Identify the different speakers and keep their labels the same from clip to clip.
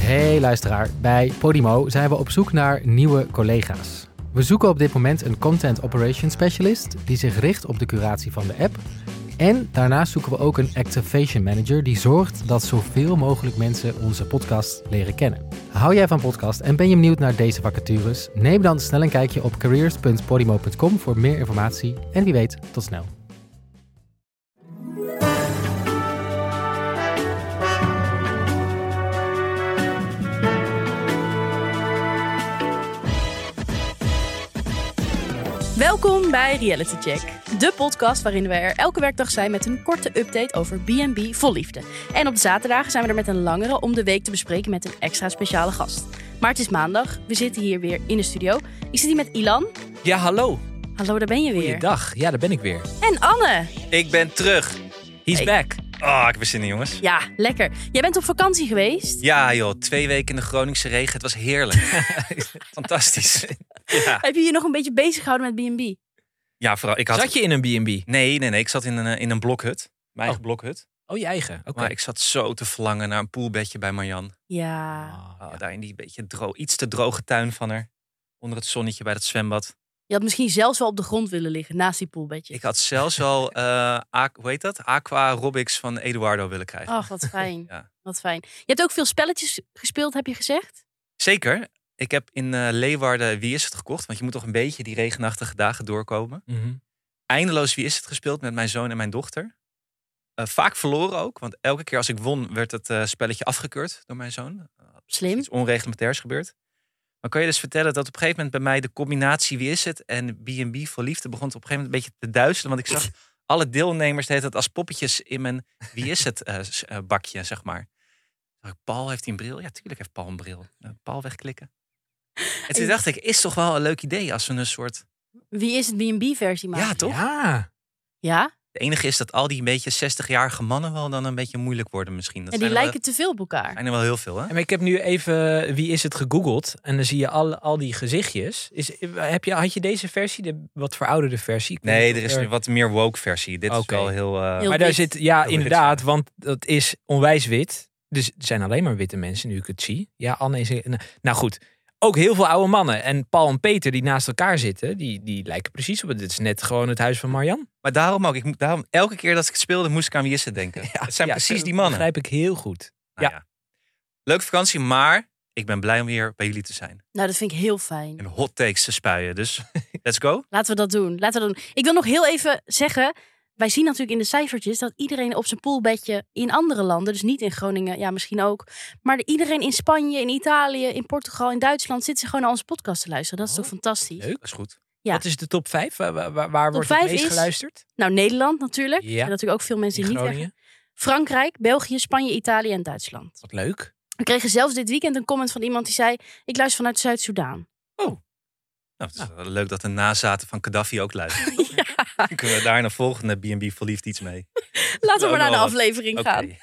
Speaker 1: Hey luisteraar, bij Podimo zijn we op zoek naar nieuwe collega's. We zoeken op dit moment een Content Operations Specialist die zich richt op de curatie van de app. En daarnaast zoeken we ook een Activation Manager die zorgt dat zoveel mogelijk mensen onze podcast leren kennen. Hou jij van podcast en ben je benieuwd naar deze vacatures? Neem dan snel een kijkje op careers.podimo.com voor meer informatie en wie weet, tot snel.
Speaker 2: Welkom bij Reality Check, de podcast waarin we er elke werkdag zijn met een korte update over B&B vol liefde. En op de zaterdagen zijn we er met een langere om de week te bespreken met een extra speciale gast. Maar het is maandag, we zitten hier weer in de studio. Ik zit hier met Ilan.
Speaker 3: Ja, hallo.
Speaker 2: Hallo, daar ben je weer.
Speaker 3: Goeiedag. Ja, daar ben ik weer.
Speaker 2: En Anne.
Speaker 4: Ik ben terug.
Speaker 3: He's
Speaker 2: Hey.
Speaker 3: back.
Speaker 4: Ah, ik heb er zin in, jongens.
Speaker 2: Ja, lekker. Jij bent op vakantie geweest.
Speaker 4: Ja, joh. Twee weken in de Groningse regen. Het was heerlijk. Fantastisch. Ja.
Speaker 2: Heb je je nog een beetje bezig gehouden met B&B?
Speaker 4: ja, vooral. Ik had...
Speaker 3: Zat je in een B&B?
Speaker 4: Nee, nee, nee. Ik zat in een, eh, in een blokhut. Mijn eigen
Speaker 3: Oh.
Speaker 4: blokhut.
Speaker 3: Oh, je eigen. Oké.
Speaker 4: Maar ik zat zo te verlangen naar een poolbedje bij Marjan.
Speaker 2: Ja.
Speaker 3: Ah,
Speaker 4: Ah,
Speaker 3: ja.
Speaker 4: Daar in die beetje dro iets te droge tuin van haar. Onder het zonnetje bij dat zwembad.
Speaker 2: Je had misschien zelfs wel op de grond willen liggen, naast die poolbedje.
Speaker 4: Ik had zelfs al, eh a- hoe heet dat? Aqua aerobics van Eduardo willen krijgen.
Speaker 2: Ach, wat fijn.
Speaker 4: Ja.
Speaker 2: Wat fijn. Je hebt ook veel spelletjes gespeeld, heb je gezegd?
Speaker 4: Zeker. Ik heb in eh, Leeuwarden Wie is het gekocht. Want je moet toch een beetje die regenachtige dagen doorkomen.
Speaker 3: Mhm.
Speaker 4: eindeloos Wie is het gespeeld met mijn zoon en mijn dochter. Eh, vaak verloren ook, want elke keer als ik won werd het eh, spelletje afgekeurd door mijn zoon.
Speaker 2: Slim.
Speaker 4: Iets onregelmatairs gebeurd. Maar kan je dus vertellen dat op een gegeven moment bij mij de combinatie Wie is het en B&B voor liefde begon op een gegeven moment een beetje te duizelen. Want ik zag alle deelnemers deed het als poppetjes in mijn Wie is het eh, s- eh, bakje, zeg maar. Dacht ik, Paul heeft hij een bril? Ja, tuurlijk heeft Paul een bril. Eh, Paul wegklikken. En toen dacht ik, is toch wel een leuk idee als we een soort...
Speaker 2: Wie is het B&B-versie maken?
Speaker 4: Ja, toch?
Speaker 3: Ja.
Speaker 2: Ja?
Speaker 4: Het enige is dat al die een beetje 60-jarige mannen wel dan een beetje moeilijk worden misschien. Dat
Speaker 2: En die
Speaker 4: zijn er
Speaker 2: lijken te veel op elkaar.
Speaker 4: wel, zijn er wel heel veel, hè?
Speaker 3: En ik heb nu even Wie is het gegoogeld. En dan zie je al, al die gezichtjes. Is, heb je, had je deze versie, de wat verouderde versie? Ik weet
Speaker 4: Nee,
Speaker 3: niet
Speaker 4: er
Speaker 3: of
Speaker 4: is nu wat meer woke versie. Dit
Speaker 3: Oké.
Speaker 4: is wel heel... eh,
Speaker 2: Heel-
Speaker 3: Maar daar
Speaker 2: wit.
Speaker 3: zit, ja,
Speaker 4: Heel
Speaker 3: inderdaad. Want dat is onwijs wit. Dus er zijn alleen maar witte mensen, nu ik het zie. Ja, Anne is... Nou goed, ook heel veel oude mannen. En Paul en Peter, die naast elkaar zitten, die, die lijken precies op het. Dit is net gewoon het huis van Marjan.
Speaker 4: Maar daarom ook. Ik, moet- daarom, elke keer dat ik het speelde, moest ik aan wie is het denken.
Speaker 3: Ja,
Speaker 4: het zijn
Speaker 3: ja,
Speaker 4: precies
Speaker 3: dat
Speaker 4: die mannen.
Speaker 3: Begrijp ik heel goed.
Speaker 4: Nou ja. Leuke vakantie, maar ik ben blij om weer bij jullie te zijn.
Speaker 2: Nou, dat vind ik heel fijn.
Speaker 4: En hot takes te spuien. Dus let's go.
Speaker 2: Laten we dat doen. Laten we dat doen. Ik wil nog heel even zeggen... Wij zien natuurlijk in de cijfertjes dat iedereen op zijn poolbedje in andere landen, dus niet in Groningen, ja misschien ook, maar iedereen in Spanje, in Italië, in Portugal, in Duitsland zit ze gewoon naar onze podcast te luisteren. Dat is
Speaker 3: Oh,
Speaker 2: toch fantastisch?
Speaker 3: leuk.
Speaker 4: Dat is goed.
Speaker 2: Ja.
Speaker 3: Wat is de top 5? Waar, waar, waar waar
Speaker 2: Top
Speaker 3: wordt
Speaker 2: vijf
Speaker 3: het meest
Speaker 2: is-
Speaker 3: geluisterd?
Speaker 2: Nou, Nederland natuurlijk.
Speaker 3: Ja.
Speaker 2: Er zijn natuurlijk ook veel mensen
Speaker 3: In
Speaker 2: die niet
Speaker 3: Groningen.
Speaker 2: echt- Frankrijk, België, Spanje, Italië en Duitsland.
Speaker 3: Wat leuk.
Speaker 2: We kregen zelfs dit weekend een comment van iemand die zei: Ik luister vanuit Zuid-Soedan.
Speaker 4: Nou, het is wel leuk dat de nazaten van Gaddafi ook luisteren.
Speaker 2: ja,
Speaker 4: Dan kunnen we daar in een volgende B&B voor liefde iets mee.
Speaker 2: laten we maar naar de
Speaker 4: wel wat.
Speaker 2: aflevering
Speaker 4: Oké.
Speaker 2: gaan.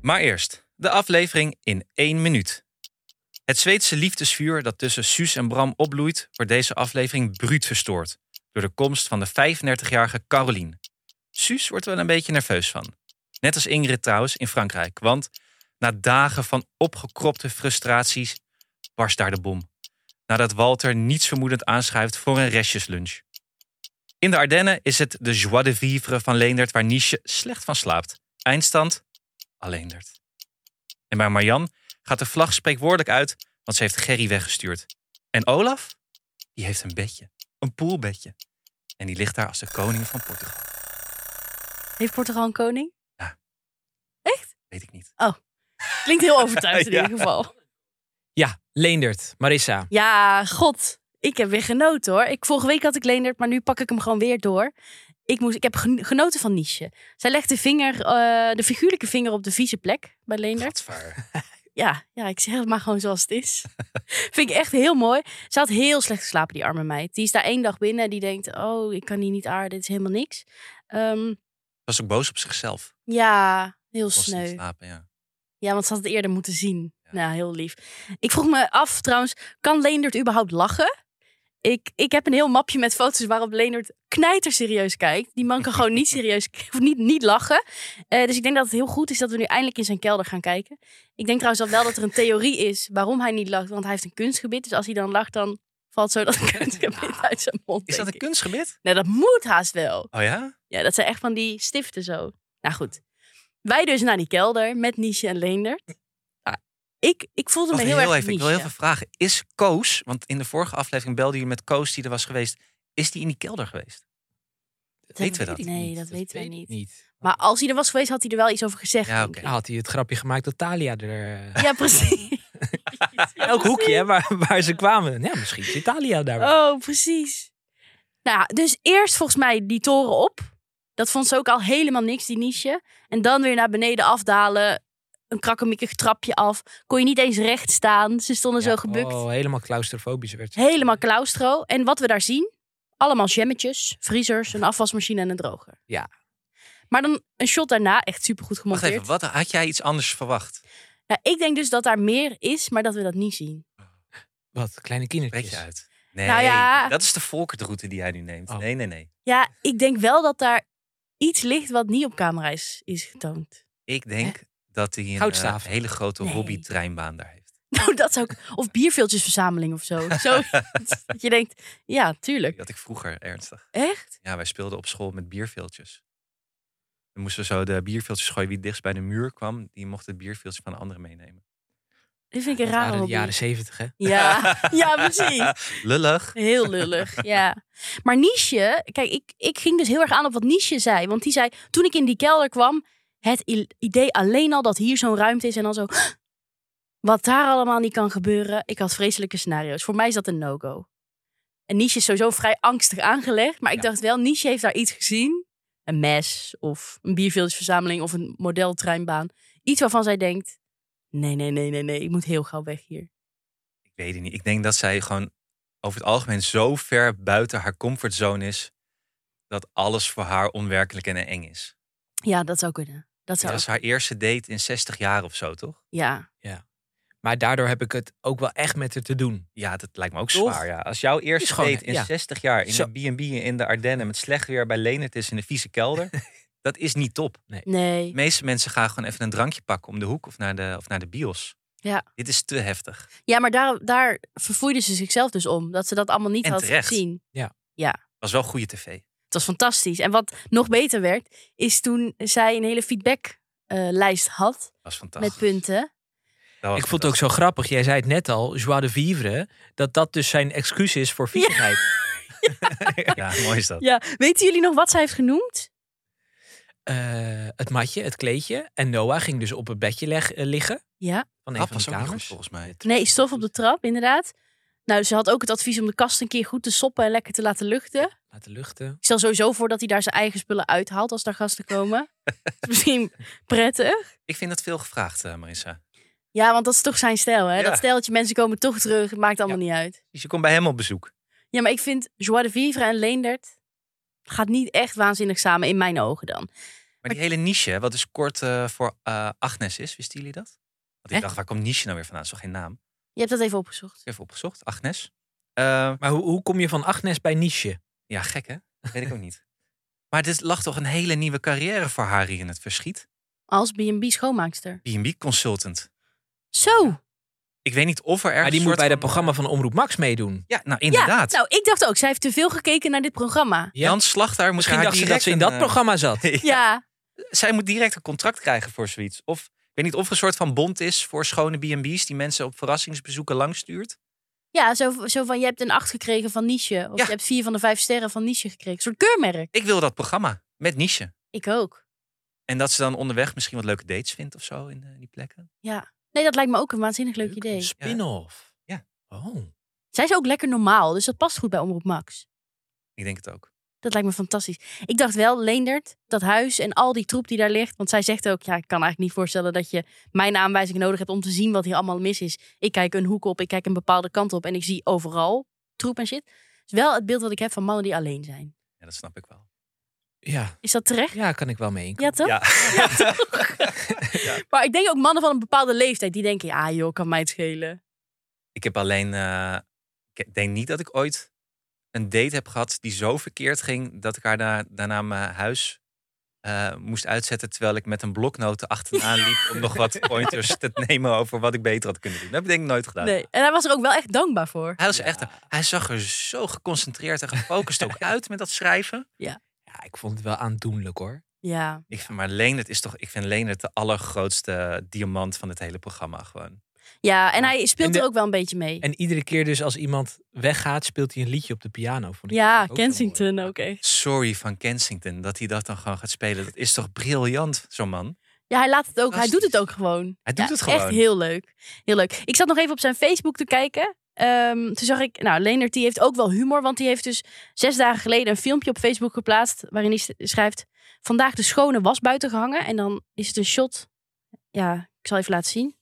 Speaker 4: Maar eerst de aflevering in één minuut. Het Zweedse liefdesvuur dat tussen Suus en Bram opbloeit, wordt deze aflevering bruut verstoord door de komst van de 35-jarige Caroline. Suus wordt er wel een beetje nerveus van. Net als Ingrid trouwens in Frankrijk, want na dagen van opgekropte frustraties barst daar de bom. Nadat Walter niets vermoedend aanschuift voor een restjeslunch. In de Ardennen is het de joie de vivre van Leendert waar Niesje slecht van slaapt. Eindstand Alleendert. En bij Marjan gaat de vlag spreekwoordelijk uit, want ze heeft Gerry weggestuurd. En Olaf? Die heeft een bedje. Een poolbedje. En die ligt daar als de koning van Portugal.
Speaker 2: Heeft Portugal een koning?
Speaker 4: Weet ik niet.
Speaker 2: Klinkt heel overtuigend in
Speaker 4: Ja.
Speaker 2: ieder geval.
Speaker 3: Ja, Leendert, Marissa.
Speaker 2: Ja, god. Ik heb weer genoten hoor. Ik, vorige week had ik Leendert, maar nu pak ik hem gewoon weer door. Ik, moest, ik heb gen- genoten van Niesje. Zij legt de vinger, eh, de figuurlijke vinger op de vieze plek bij Leendert.
Speaker 4: Gadver.
Speaker 2: Ja, ja, ik zeg het maar gewoon zoals het is. Vind ik echt heel mooi. Ze had heel slecht geslapen, die arme meid. Die is daar één dag binnen en die denkt... oh, ik kan hier niet aarden, dit is helemaal niks. Ehm,
Speaker 4: Was ook boos op zichzelf.
Speaker 2: ja, heel
Speaker 4: Was niet
Speaker 2: sneu.
Speaker 4: slapen, ja.
Speaker 2: Ja, want ze had het eerder moeten zien.
Speaker 4: Ja.
Speaker 2: Nou, heel lief. Ik vroeg me af trouwens, kan Leendert überhaupt lachen? Ik, ik heb een heel mapje met foto's waarop Leonard knijter serieus kijkt. Die man kan gewoon niet serieus k- of niet, niet lachen. Eh, dus ik denk dat het heel goed is dat we nu eindelijk in zijn kelder gaan kijken. Ik denk trouwens al wel dat er een theorie is waarom hij niet lacht. Want hij heeft een kunstgebit. Dus als hij dan lacht, dan valt zo dat kunstgebit uit zijn mond.
Speaker 4: Is dat
Speaker 2: denk
Speaker 4: een
Speaker 2: ik.
Speaker 4: kunstgebit?
Speaker 2: Nee, dat moet haast wel.
Speaker 4: Oh ja?
Speaker 2: Ja, dat zijn echt van die stiften zo. Nou goed. Wij dus naar die kelder met Niesje en Leendert. Nou, ik, ik voelde
Speaker 4: Wacht,
Speaker 2: me heel,
Speaker 4: heel
Speaker 2: erg
Speaker 4: even, ik wil heel
Speaker 2: Niesje.
Speaker 4: veel vragen. Is Koos, want in de vorige aflevering belde je met Koos die er was geweest. Is die in die kelder geweest? weten we
Speaker 2: weet
Speaker 4: dat?
Speaker 2: ik Nee, dat weten wij
Speaker 3: weet ik
Speaker 2: niet. Maar als hij er was geweest, had hij er wel iets over gezegd.
Speaker 4: Ja,
Speaker 2: denk
Speaker 4: oké.
Speaker 2: ik.
Speaker 3: Dan had hij het grapje gemaakt dat Talia er... eh,
Speaker 2: Ja, precies.
Speaker 3: elk hoekje hè, waar, waar ze kwamen. Ja, misschien zit Talia daar. wel.
Speaker 2: Oh, precies. Nou ja, dus eerst volgens mij die toren op. Dat vond ze ook al helemaal niks, die niche. En dan weer naar beneden afdalen. Een krakkemikkig trapje af. Kon je niet eens recht staan. Ze stonden
Speaker 3: Ja,
Speaker 2: zo gebukt.
Speaker 3: Oh, helemaal claustrofobisch werd ze.
Speaker 2: Helemaal claustro. En wat we daar zien? Allemaal jammetjes, vriezers, een afwasmachine en een droger.
Speaker 3: Ja.
Speaker 2: Maar dan een shot daarna, echt supergoed
Speaker 4: Wacht
Speaker 2: gemonteerd.
Speaker 4: even, wat, had jij iets anders verwacht?
Speaker 2: Nou, ik denk dus dat daar meer is, maar dat we dat niet zien.
Speaker 3: Wat, kleine
Speaker 4: Breek je
Speaker 3: kindertjes.
Speaker 4: uit. Nee,
Speaker 2: Nou ja.
Speaker 4: dat is de volkertroute die hij nu neemt.
Speaker 3: Oh.
Speaker 4: Nee, nee, nee.
Speaker 2: Ja, ik denk wel dat daar iets ligt wat niet op camera is, is getoond.
Speaker 4: Ik denk dat hij een
Speaker 3: Goudstaaf.
Speaker 4: eh, hele grote
Speaker 2: Nee.
Speaker 4: hobbytreinbaan daar heeft.
Speaker 2: Nou, dat zou ik... Of bierveeltjesverzameling of zo. zo dat je denkt, ja,
Speaker 4: Die
Speaker 2: tuurlijk.
Speaker 4: had ik vroeger ernstig.
Speaker 2: Echt?
Speaker 4: Ja, wij speelden op school met bierveeltjes. Dan moesten we zo de bierveeltjes gooien. Wie het dichtst bij de muur kwam, die mocht het bierveeltje van de anderen meenemen.
Speaker 2: Dit vind ik een
Speaker 3: Dat waren
Speaker 2: rare
Speaker 3: de
Speaker 2: hobby.
Speaker 3: jaren zeventig, hè?
Speaker 2: Ja, ja, precies.
Speaker 4: Lullig.
Speaker 2: Heel lullig, ja. Maar Niesje, kijk, ik, ik ging dus heel erg aan op wat Niesje zei. Want die zei, toen ik in die kelder kwam, het i- idee alleen al dat hier zo'n ruimte is en dan zo... Wat daar allemaal niet kan gebeuren, ik had vreselijke scenario's. Voor mij is dat een no-go. En Niesje is sowieso vrij angstig aangelegd. Maar ik
Speaker 3: Ja.
Speaker 2: dacht wel, Niesje heeft daar iets gezien. Een mes of een bierveeltjesverzameling of een modeltreinbaan. Iets waarvan zij denkt, nee, nee, nee, nee, nee, ik moet heel gauw weg hier.
Speaker 4: Ik weet het niet. Ik denk dat zij gewoon over het algemeen zo ver buiten haar comfortzone is. Dat alles voor haar onwerkelijk en eng is.
Speaker 2: Ja, dat zou kunnen. Dat
Speaker 4: Dat
Speaker 2: zou,
Speaker 4: was haar eerste date in 60 jaar of zo, toch?
Speaker 2: ja.
Speaker 3: Maar daardoor heb ik het ook wel echt met haar te doen.
Speaker 4: Ja, dat lijkt me ook
Speaker 3: Toch?
Speaker 4: zwaar. Ja. Als jouw eerste
Speaker 3: Is gewoon-
Speaker 4: date in
Speaker 3: ja.
Speaker 4: 60 jaar in
Speaker 3: Zo.
Speaker 4: een B&B in de Ardennen met slecht weer bij Lenert is in een vieze kelder. dat is niet top.
Speaker 2: Nee.
Speaker 4: De meeste mensen gaan gewoon even een drankje pakken om de hoek of naar de, of naar de bios.
Speaker 2: Ja.
Speaker 4: Dit is te heftig.
Speaker 2: Ja, maar daar, daar verfoeide ze zichzelf dus om. Dat ze dat allemaal niet
Speaker 4: En
Speaker 2: had
Speaker 4: terecht.
Speaker 2: gezien.
Speaker 4: Was wel goede tv.
Speaker 2: Het was fantastisch. En wat nog beter werd, is toen zij een hele feedbacklijst had
Speaker 4: Was fantastisch.
Speaker 2: met punten.
Speaker 4: Dat was
Speaker 3: ik vond het ook zo grappig. Jij zei het net al, joie de vivre. Dat dat dus zijn excuus is voor viezigheid.
Speaker 4: fantastisch. Ja, mooi is dat.
Speaker 2: Ja, weten jullie nog wat zij heeft genoemd?
Speaker 3: Eh, het matje, het kleedje. En Noah ging dus op het bedje leg- eh, liggen.
Speaker 2: Ja.
Speaker 3: Van een
Speaker 4: Dat was ook
Speaker 3: van die
Speaker 4: niet goed
Speaker 3: kamers.
Speaker 4: volgens mij.
Speaker 2: Nee, stof op de trap, inderdaad. Nou, ze had ook het advies om de kast een keer goed te soppen en lekker te laten luchten.
Speaker 3: Laten luchten.
Speaker 2: Ik stel sowieso voor dat hij daar zijn eigen spullen uithaalt als daar gasten komen. Dat is misschien prettig.
Speaker 4: Ik vind dat veel gevraagd, eh, Marissa.
Speaker 2: Ja, want dat is toch zijn stijl, hè?
Speaker 4: Ja.
Speaker 2: Dat steltje, mensen komen toch terug, het maakt allemaal niet uit.
Speaker 4: Dus je komt bij hem op bezoek.
Speaker 2: Ja, maar ik vind Joie de Vivre en Leendert gaat niet echt waanzinnig samen in mijn ogen dan.
Speaker 4: Maar die hele niche, hè, wat dus kort eh, voor eh, Agnes is, wisten jullie dat? Want ik
Speaker 3: Echt?
Speaker 4: dacht, waar komt niche nou weer vandaan? Dat is toch geen naam? Ik
Speaker 2: Je hebt dat even opgezocht.
Speaker 4: heb even opgezocht, Agnes. Eh,
Speaker 3: Maar hoe, hoe kom je van Agnes bij Niche?
Speaker 4: ja, gek hè? Weet ik ook niet. Maar dit lag toch een hele nieuwe carrière voor haar hier in het verschiet.
Speaker 2: Als B&B schoonmaakster.
Speaker 4: B&B consultant.
Speaker 2: Zo!
Speaker 4: Ik weet niet of er ergens...
Speaker 3: Maar die moet
Speaker 4: soort
Speaker 3: bij dat
Speaker 4: van-
Speaker 3: programma van Omroep Max meedoen.
Speaker 4: Ja, nou inderdaad.
Speaker 2: Ja, nou, ik dacht ook, zij heeft te veel gekeken naar dit programma.
Speaker 3: Ja.
Speaker 4: Jan Slachter moet
Speaker 3: Misschien
Speaker 4: haar
Speaker 3: dacht ze dat
Speaker 4: direct
Speaker 3: ze
Speaker 4: een,
Speaker 3: in dat
Speaker 4: eh,
Speaker 3: programma zat.
Speaker 2: Ja,
Speaker 4: Zij moet direct een contract krijgen voor zoiets. Of ik weet niet of er een soort van bond is voor schone B&B's die mensen op verrassingsbezoeken langs stuurt.
Speaker 2: ja zo, zo van, je hebt een acht gekregen van Niche. Of
Speaker 4: Ja.
Speaker 2: je hebt vier van de vijf sterren van Niche gekregen. Een soort keurmerk.
Speaker 4: Ik wil dat programma met niche.
Speaker 2: Ik ook.
Speaker 4: En dat ze dan onderweg misschien wat leuke dates vindt of zo in eh, die plekken.
Speaker 2: Nee, dat lijkt me ook een waanzinnig leuk
Speaker 3: Een
Speaker 2: idee.
Speaker 3: spin-off.
Speaker 4: Ja.
Speaker 3: Oh.
Speaker 2: Zij is ook lekker normaal, dus dat past goed bij Omroep Max.
Speaker 4: Ik denk het ook.
Speaker 2: Dat lijkt me fantastisch. Ik dacht wel, Leendert, dat huis en al die troep die daar ligt. Want zij zegt ook, ja, ik kan eigenlijk niet voorstellen dat je mijn aanwijzing nodig hebt om te zien wat hier allemaal mis is. Ik kijk een hoek op, ik kijk een bepaalde kant op en ik zie overal troep en shit. is wel het beeld wat ik heb van mannen die alleen zijn.
Speaker 4: Ja, dat snap ik wel.
Speaker 3: Ja.
Speaker 2: Is dat terecht?
Speaker 3: ja, kan ik wel mee. inkomen.
Speaker 2: Ja, toch?
Speaker 4: Ja.
Speaker 2: Maar ik denk ook mannen van een bepaalde leeftijd die denken, ja joh, kan mij het schelen.
Speaker 4: ik heb alleen... eh, ik denk niet dat ik ooit een date heb gehad die zo verkeerd ging dat ik haar da- daarna mijn huis eh, moest uitzetten. Terwijl ik met een bloknoten achterna liep om nog wat pointers te nemen over wat ik beter had kunnen doen. Dat heb ik denk ik nooit gedaan.
Speaker 2: Nee. En hij was er ook wel echt dankbaar voor.
Speaker 4: Hij, was echt, hij zag er zo geconcentreerd en gefocust ook uit met dat schrijven.
Speaker 3: Ja, ik vond het wel aandoenlijk hoor.
Speaker 2: Ja.
Speaker 4: Ik vind, maar Leendert is toch, ik vind Leendert de allergrootste diamant van het hele programma gewoon.
Speaker 2: Ja, en hij speelt
Speaker 3: En de-
Speaker 2: er ook wel een beetje mee.
Speaker 3: En iedere keer dus als iemand weggaat, speelt hij een liedje op de piano. Vond ik
Speaker 2: ja,
Speaker 3: ook zo mooi.
Speaker 2: Kensington ook echt.
Speaker 4: Sorry van Kensington dat hij dat dan gewoon gaat spelen. Dat is toch briljant, zo'n man.
Speaker 2: Ja, hij laat het ook. Hij doet
Speaker 4: Fantastisch.
Speaker 2: het ook gewoon.
Speaker 4: dus Hij doet
Speaker 2: Ja,
Speaker 4: het gewoon.
Speaker 2: Echt heel leuk. Heel leuk. Ik zat nog even op zijn Facebook te kijken. Ehm, toen zag ik, nou, Leendert die heeft ook wel humor. Want die heeft dus zes dagen geleden een filmpje op Facebook geplaatst. Waarin hij s- schrijft: Vandaag de schone was buiten gehangen. En dan is het een shot. Ja, ik zal even laten zien.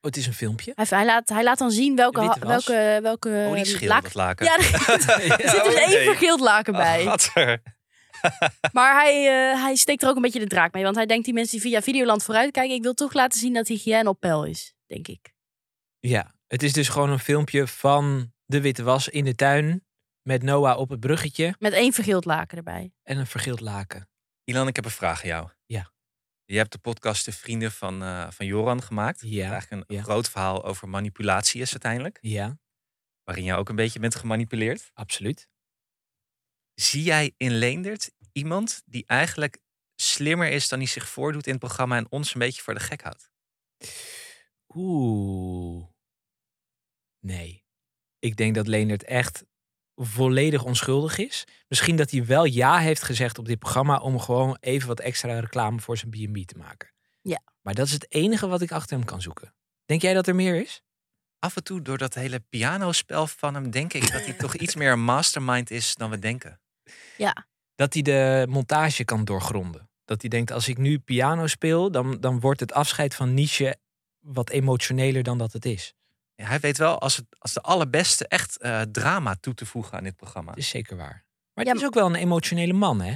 Speaker 3: Oh, het is een filmpje.
Speaker 2: Hij, hij, laat, hij laat dan zien welke,
Speaker 3: De witte
Speaker 2: ha-
Speaker 3: was.
Speaker 2: welke, welke
Speaker 4: Oh, die
Speaker 2: eh,
Speaker 4: schil,
Speaker 2: laken-
Speaker 4: dat laken.
Speaker 2: Ja, er
Speaker 3: Ja,
Speaker 2: zit dus
Speaker 4: oké.
Speaker 2: één vergeeld laken bij.
Speaker 4: Oh, gadver.
Speaker 2: Maar hij, eh, hij steekt er ook een beetje de draak mee. Want hij denkt die mensen die via Videoland vooruitkijken... ik wil toch laten zien dat hygiëne op peil is, denk ik.
Speaker 3: Ja, het is dus gewoon een filmpje van de witte was in de tuin met Noah op het bruggetje
Speaker 2: Met één vergeeld laken erbij.
Speaker 3: en een vergeeld laken.
Speaker 4: Ilan, ik heb een vraag aan jou.
Speaker 3: Ja.
Speaker 4: Je hebt de podcast De Vrienden van, eh, van Joran gemaakt.
Speaker 3: Ja,
Speaker 4: Eigenlijk een een
Speaker 3: ja.
Speaker 4: groot verhaal over manipulatie is uiteindelijk.
Speaker 3: Ja,
Speaker 4: Waarin jij ook een beetje bent gemanipuleerd.
Speaker 3: absoluut.
Speaker 4: Zie jij in Leendert iemand die eigenlijk slimmer is dan hij zich voordoet in het programma en ons een beetje voor de gek houdt?
Speaker 3: Oeh. Nee. Ik denk dat Leendert echt volledig onschuldig is. Misschien dat hij wel ja heeft gezegd op dit programma om gewoon even wat extra reclame voor zijn B&B te maken.
Speaker 2: Ja.
Speaker 3: Maar dat is het enige wat ik achter hem kan zoeken. Denk jij dat er meer is?
Speaker 4: Af en toe door dat hele pianospel van hem denk ik dat hij toch iets meer een mastermind is dan we denken.
Speaker 3: dat hij de montage kan doorgronden. Dat hij denkt, als ik nu piano speel, dan, dan wordt het afscheid van Nietzsche wat emotioneler dan dat het is.
Speaker 4: Ja, hij weet wel als, het, als de allerbeste echt eh, drama toe te voegen aan dit programma.
Speaker 3: Dat
Speaker 2: Dus-
Speaker 3: is zeker waar. Maar
Speaker 2: Ja,
Speaker 3: het is ook wel een emotionele man, hè?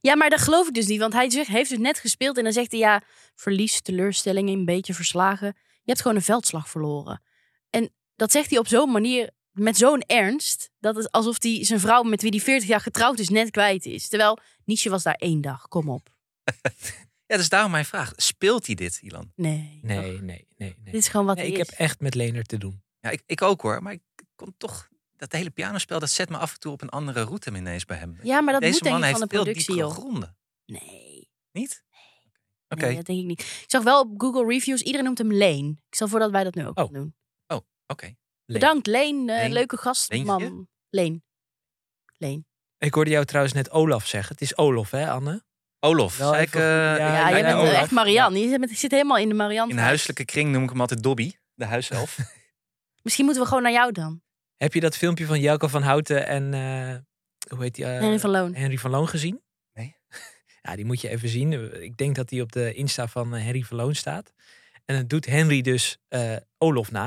Speaker 2: Ja, maar dat geloof ik dus niet. Want hij zegt, heeft dus net gespeeld en dan zegt hij... ja, verlies, teleurstelling, een beetje verslagen. Je hebt gewoon een veldslag verloren. En dat zegt hij op zo'n manier, met zo'n ernst... dat het alsof hij zijn vrouw met wie hij 40 jaar getrouwd is... net kwijt is. Terwijl Nietzsche was daar één dag. Kom op.
Speaker 4: Ja, dus daarom mijn vraag. Speelt hij dit, Ilan?
Speaker 2: Nee.
Speaker 3: Nee, nee, nee. nee.
Speaker 2: Dit is gewoon wat
Speaker 3: nee
Speaker 2: hij
Speaker 3: ik heb
Speaker 2: is.
Speaker 3: echt met Leonard te doen.
Speaker 4: Ja, ik, ik ook hoor. Maar ik kon toch... Dat hele pianospel, dat zet me af en toe op een andere route ineens bij hem.
Speaker 2: Ja, maar dat
Speaker 4: Deze
Speaker 2: moet denk
Speaker 4: man
Speaker 2: ik
Speaker 4: heeft
Speaker 2: van de
Speaker 4: veel
Speaker 2: productie,
Speaker 4: diepere
Speaker 2: joh.
Speaker 4: gronden.
Speaker 2: Nee.
Speaker 4: Niet? Oké.
Speaker 2: Nee, dat denk ik niet. Ik zag wel op Google Reviews, iedereen noemt hem Leen. Ik stel voor dat wij dat nu ook
Speaker 3: Oh,
Speaker 2: gaan doen.
Speaker 4: Oké.
Speaker 2: Bedankt Leen, eh,
Speaker 4: Leen.
Speaker 2: leuke gast,
Speaker 4: Leentje?
Speaker 2: man. Leen. Leen.
Speaker 3: Ik hoorde jou trouwens net Olaf zeggen. Het is Olaf, hè, Anne?
Speaker 4: Olof.
Speaker 3: Wel
Speaker 4: zei ik,
Speaker 3: even goed-
Speaker 4: eh,
Speaker 3: ja,
Speaker 2: Ja,
Speaker 4: ik
Speaker 2: jij
Speaker 4: lijkt
Speaker 2: bent
Speaker 4: me
Speaker 2: wel
Speaker 4: Olaf.
Speaker 2: echt Marianne. Je bent- je zit helemaal in de Marianne.
Speaker 4: In de huiselijke kring noem ik hem altijd Dobby. De huiself.
Speaker 2: Misschien moeten we gewoon naar jou dan.
Speaker 3: Heb je dat filmpje van Jelko van Houten en... eh, hoe heet die? eh,
Speaker 2: Henry van Loon.
Speaker 3: Henry van Loon gezien?
Speaker 4: Nee.
Speaker 3: Ja, die moet je even zien. Ik denk dat die op de Insta van eh, Henry van Loon staat. En dan doet Henry dus eh, Olof na.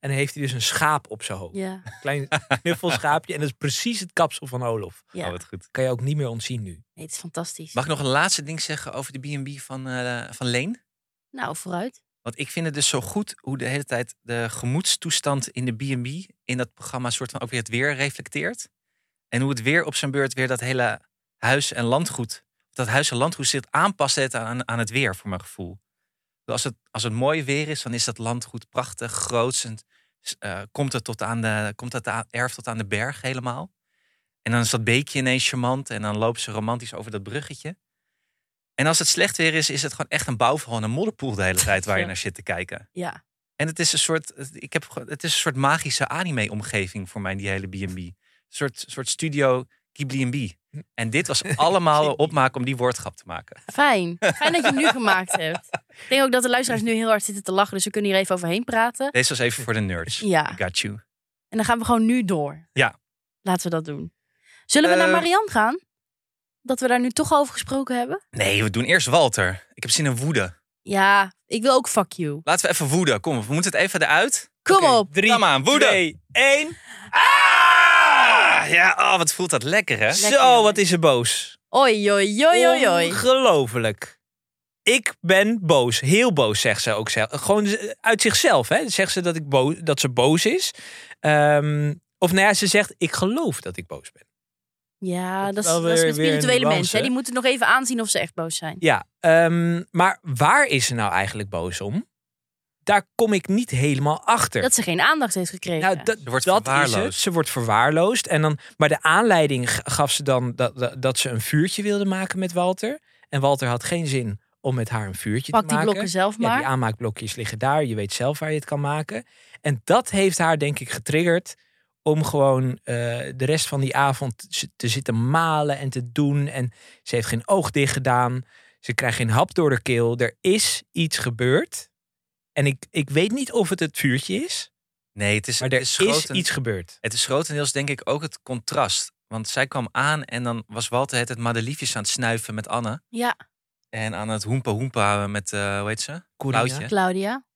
Speaker 3: En dan heeft hij dus een schaap op zijn hoofd.
Speaker 2: Ja.
Speaker 3: Een klein knuffelschaapje. En dat is precies het kapsel van Olof.
Speaker 2: ja.
Speaker 4: Oh, wat goed.
Speaker 3: Kan je ook niet meer ontzien nu.
Speaker 2: Nee, het is fantastisch.
Speaker 4: Mag ik nog een laatste ding zeggen over de B&B van, eh, van Leen?
Speaker 2: Nou, vooruit.
Speaker 4: Want ik vind het dus zo goed hoe de hele tijd de gemoedstoestand in de B&B... in dat programma soort van ook weer het weer reflecteert. En hoe het weer op zijn beurt weer dat hele huis- en landgoed... dat huis- en landgoed zit aanpast het aan, aan het weer, voor mijn gevoel. Dus Als het, als het mooi weer is, dan is dat landgoed prachtig, groots. En, eh, komt het tot aan de, komt het a- erf tot aan de berg helemaal. En dan is dat beekje ineens charmant. En dan loopt ze romantisch over dat bruggetje. En als het slecht weer is, is het gewoon echt een bouwval en een modderpoel de hele tijd waar je
Speaker 2: Ja.
Speaker 4: naar zit te kijken.
Speaker 2: Ja.
Speaker 4: En het is een soort, ik heb, ge- het is een soort magische anime-omgeving voor mij, die hele B&B. Een soort, soort studio Ghibli B. En dit was allemaal een opmaak om die woordgrap te maken.
Speaker 2: Fijn. Fijn dat je hem nu gemaakt hebt. Ik denk ook dat de luisteraars nu heel hard zitten te lachen. Dus we kunnen hier even overheen praten.
Speaker 4: Deze was even voor de nerds.
Speaker 2: Ja.
Speaker 4: I got you.
Speaker 2: En dan gaan we gewoon nu door.
Speaker 4: Ja.
Speaker 2: Laten we dat doen. Zullen we naar
Speaker 4: Eh.
Speaker 2: Marianne gaan? Dat we daar nu toch over gesproken hebben?
Speaker 4: Nee, we doen eerst Walter. Ik heb zin in woede.
Speaker 2: Ja, ik wil ook fuck you.
Speaker 4: Laten we even woede. Kom, we moeten het even eruit.
Speaker 2: Kom
Speaker 3: Oké,
Speaker 2: op.
Speaker 3: Drie,
Speaker 4: Kom aan, woede.
Speaker 3: twee, één.
Speaker 4: Ah! Ja, oh, wat voelt dat lekker, hè?
Speaker 2: Lekker,
Speaker 3: Zo,
Speaker 2: jongen.
Speaker 3: wat is ze boos.
Speaker 2: Oi, oi, oi, oi, oi.
Speaker 3: Ongelooflijk. Ik ben boos. Heel boos, zegt ze ook zelf. Gewoon uit zichzelf, hè. Zegt ze dat, ik boos, dat ze boos is. Ehm, Of nou ja, ze zegt, ik geloof dat ik boos ben.
Speaker 2: Ja, dat,
Speaker 3: Dat is
Speaker 2: is,
Speaker 3: wel
Speaker 2: dat is
Speaker 3: weer-
Speaker 2: met
Speaker 3: weer een
Speaker 2: spirituele
Speaker 3: nuance,
Speaker 2: mensen. hè.
Speaker 3: hè?
Speaker 2: Die moeten nog even aanzien of ze echt boos zijn.
Speaker 3: Ja, ehm, maar waar is ze nou eigenlijk boos om? Daar kom ik niet helemaal achter.
Speaker 2: Dat ze geen aandacht heeft gekregen.
Speaker 3: nou, dat,
Speaker 4: Ze wordt
Speaker 3: dat is het.
Speaker 4: verwaarloosd.
Speaker 3: Ze wordt verwaarloosd. En dan, maar de aanleiding g- gaf ze dan dat, dat, dat ze een vuurtje wilde maken met Walter. En Walter had geen zin om met haar een vuurtje
Speaker 2: Pak
Speaker 3: te
Speaker 2: die
Speaker 3: maken.
Speaker 2: blokken zelf
Speaker 3: Ja,
Speaker 2: maar.
Speaker 3: die aanmaakblokjes liggen daar. Je weet zelf waar je het kan maken. En dat heeft haar, denk ik, getriggerd om gewoon eh, de rest van die avond z- te zitten malen en te doen. En ze heeft geen oog dicht gedaan. Ze krijgt geen hap door de keel. Er is iets gebeurd. En ik, ik weet niet of het het vuurtje is,
Speaker 4: Nee, het is,
Speaker 3: maar er
Speaker 4: het
Speaker 3: is,
Speaker 4: is, groten-
Speaker 3: iets gebeurd.
Speaker 4: Het is grotendeels denk ik ook het contrast. Want zij kwam aan en dan was Walter het, het madeliefjes aan het snuiven met Anne.
Speaker 2: Ja,
Speaker 4: En aan het hoempa hoempa met, eh, hoe heet ze?
Speaker 3: Corina?
Speaker 4: Klauwtje.
Speaker 2: Claudia.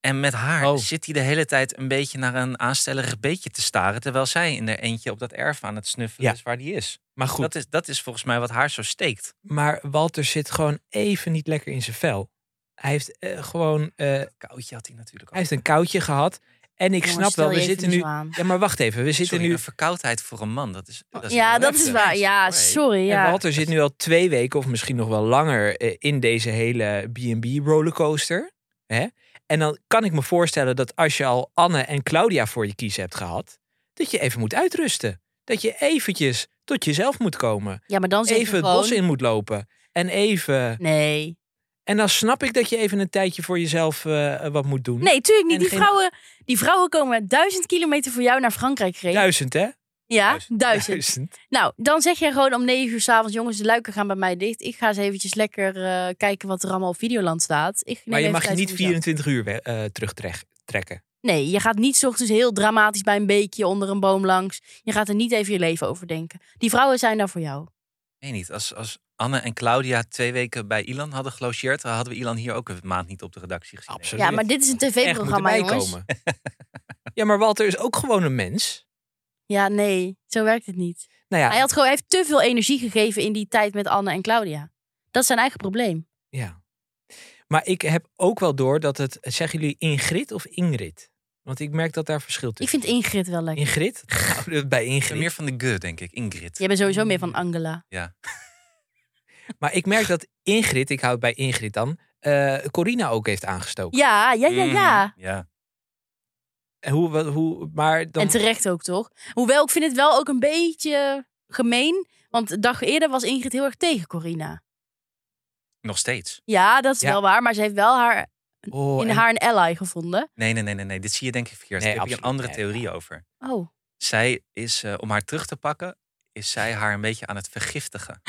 Speaker 4: En met haar
Speaker 3: Oh.
Speaker 4: zit hij de hele tijd een beetje naar een aanstellerig beetje te staren. Terwijl zij in haar eentje op dat erf aan het snuffelen
Speaker 3: Ja.
Speaker 4: is waar die is.
Speaker 3: Maar goed,
Speaker 4: Dat, is. dat is volgens mij wat haar zo steekt.
Speaker 3: maar Walter zit gewoon even niet lekker in zijn vel. Hij heeft eh, gewoon eh, hij
Speaker 4: Koudje had hij natuurlijk ook.
Speaker 3: heeft een koutje gehad. En ik
Speaker 2: Jongens,
Speaker 3: snap
Speaker 2: stel
Speaker 3: wel,
Speaker 2: je
Speaker 3: we
Speaker 2: even
Speaker 3: zitten
Speaker 2: niet
Speaker 3: nu...
Speaker 2: zo aan.
Speaker 3: Ja, maar wacht even. We zitten
Speaker 4: Sorry,
Speaker 3: nu
Speaker 4: een verkoudheid voor een man. Dat is, dat is
Speaker 2: Ja,
Speaker 4: heel
Speaker 2: dat is
Speaker 4: heftig.
Speaker 2: waar. Ja,
Speaker 4: Sorry.
Speaker 2: sorry.
Speaker 3: En
Speaker 2: Ja.
Speaker 3: Walter zit nu al twee weken of misschien nog wel langer eh, in deze hele B&B rollercoaster. Hè? En dan kan ik me voorstellen dat als je al Anne en Claudia voor je kiezen hebt gehad, dat je even moet uitrusten. Dat je eventjes tot jezelf moet komen.
Speaker 2: ja, maar dan zit
Speaker 3: Even
Speaker 2: je
Speaker 3: het
Speaker 2: gewoon...
Speaker 3: bos in moet lopen. En even.
Speaker 2: Nee.
Speaker 3: En dan snap ik dat je even een tijdje voor jezelf eh, wat moet doen.
Speaker 2: Nee, tuurlijk niet.
Speaker 3: En
Speaker 2: Die
Speaker 3: geen-
Speaker 2: vrouwen, die vrouwen komen duizend kilometer voor jou naar Frankrijk gereden.
Speaker 3: Duizend, hè?
Speaker 2: ja,
Speaker 4: duizend.
Speaker 2: duizend.
Speaker 3: Duizend.
Speaker 2: Nou, dan zeg jij gewoon om negen uur s'avonds... jongens, de luiken gaan bij mij dicht. Ik ga eens eventjes lekker eh, kijken wat er allemaal op Videoland staat. Ik neem
Speaker 3: Maar je
Speaker 2: even
Speaker 3: mag je
Speaker 2: tijd
Speaker 3: niet
Speaker 2: voor mezelf.
Speaker 3: 24 uur we- eh, terugtrekken.
Speaker 2: Nee, je gaat niet 's ochtends heel dramatisch bij een beekje onder een boom langs. Je gaat er niet even je leven over denken. Die vrouwen zijn daar voor jou.
Speaker 4: Ik weet niet, als, als Anne en Claudia twee weken bij Ilan hadden gelogeerd... dan hadden we Ilan hier ook een maand niet op de redactie gezien.
Speaker 3: Absoluut.
Speaker 2: Ja, maar dit is een
Speaker 3: Echt moeten
Speaker 2: tv-programma, jongens.
Speaker 3: bijkomen. Ja, maar Walter is ook gewoon een mens.
Speaker 2: Ja, nee, zo werkt het niet.
Speaker 3: Nou ja,
Speaker 2: Hij, had gewoon, hij heeft te veel energie gegeven in die tijd met Anne en Claudia. Dat is zijn eigen probleem.
Speaker 3: Ja. Maar ik heb ook wel door dat het... Zeggen jullie Ingrid of Ingrid? Want ik merk dat daar verschil
Speaker 2: Ik
Speaker 3: tussen
Speaker 2: vind Ingrid wel lekker.
Speaker 3: is. Ingrid? Nou, Bij
Speaker 4: Ik ben
Speaker 3: Ingrid.
Speaker 4: Meer van de ge, denk ik. Ingrid.
Speaker 2: Jij bent sowieso meer van Angela.
Speaker 3: Mm. Maar ik merk dat Ingrid, ik hou het bij Ingrid dan... eh, Corina ook heeft aangestoken.
Speaker 2: Ja, ja, ja, ja.
Speaker 4: Mm, ja.
Speaker 3: En Hoe, wat- hoe, maar dan...
Speaker 2: En terecht ook, toch? Hoewel, ik vind het wel ook een beetje gemeen. Want de dag eerder was Ingrid heel erg tegen Corina.
Speaker 4: Nog steeds.
Speaker 2: Ja, dat is
Speaker 3: Ja.
Speaker 2: wel waar. Maar ze heeft wel haar,
Speaker 3: Oh,
Speaker 2: in
Speaker 3: en-
Speaker 2: haar een ally gevonden.
Speaker 4: Nee, nee, nee, nee, nee. Dit zie je denk ik verkeerd.
Speaker 3: Nee,
Speaker 4: ik heb hier een
Speaker 3: absoluut.
Speaker 4: andere
Speaker 3: Nee,
Speaker 4: theorie over.
Speaker 2: Oh,
Speaker 4: Zij is, eh, om haar terug te pakken, is zij haar een beetje aan het vergiftigen.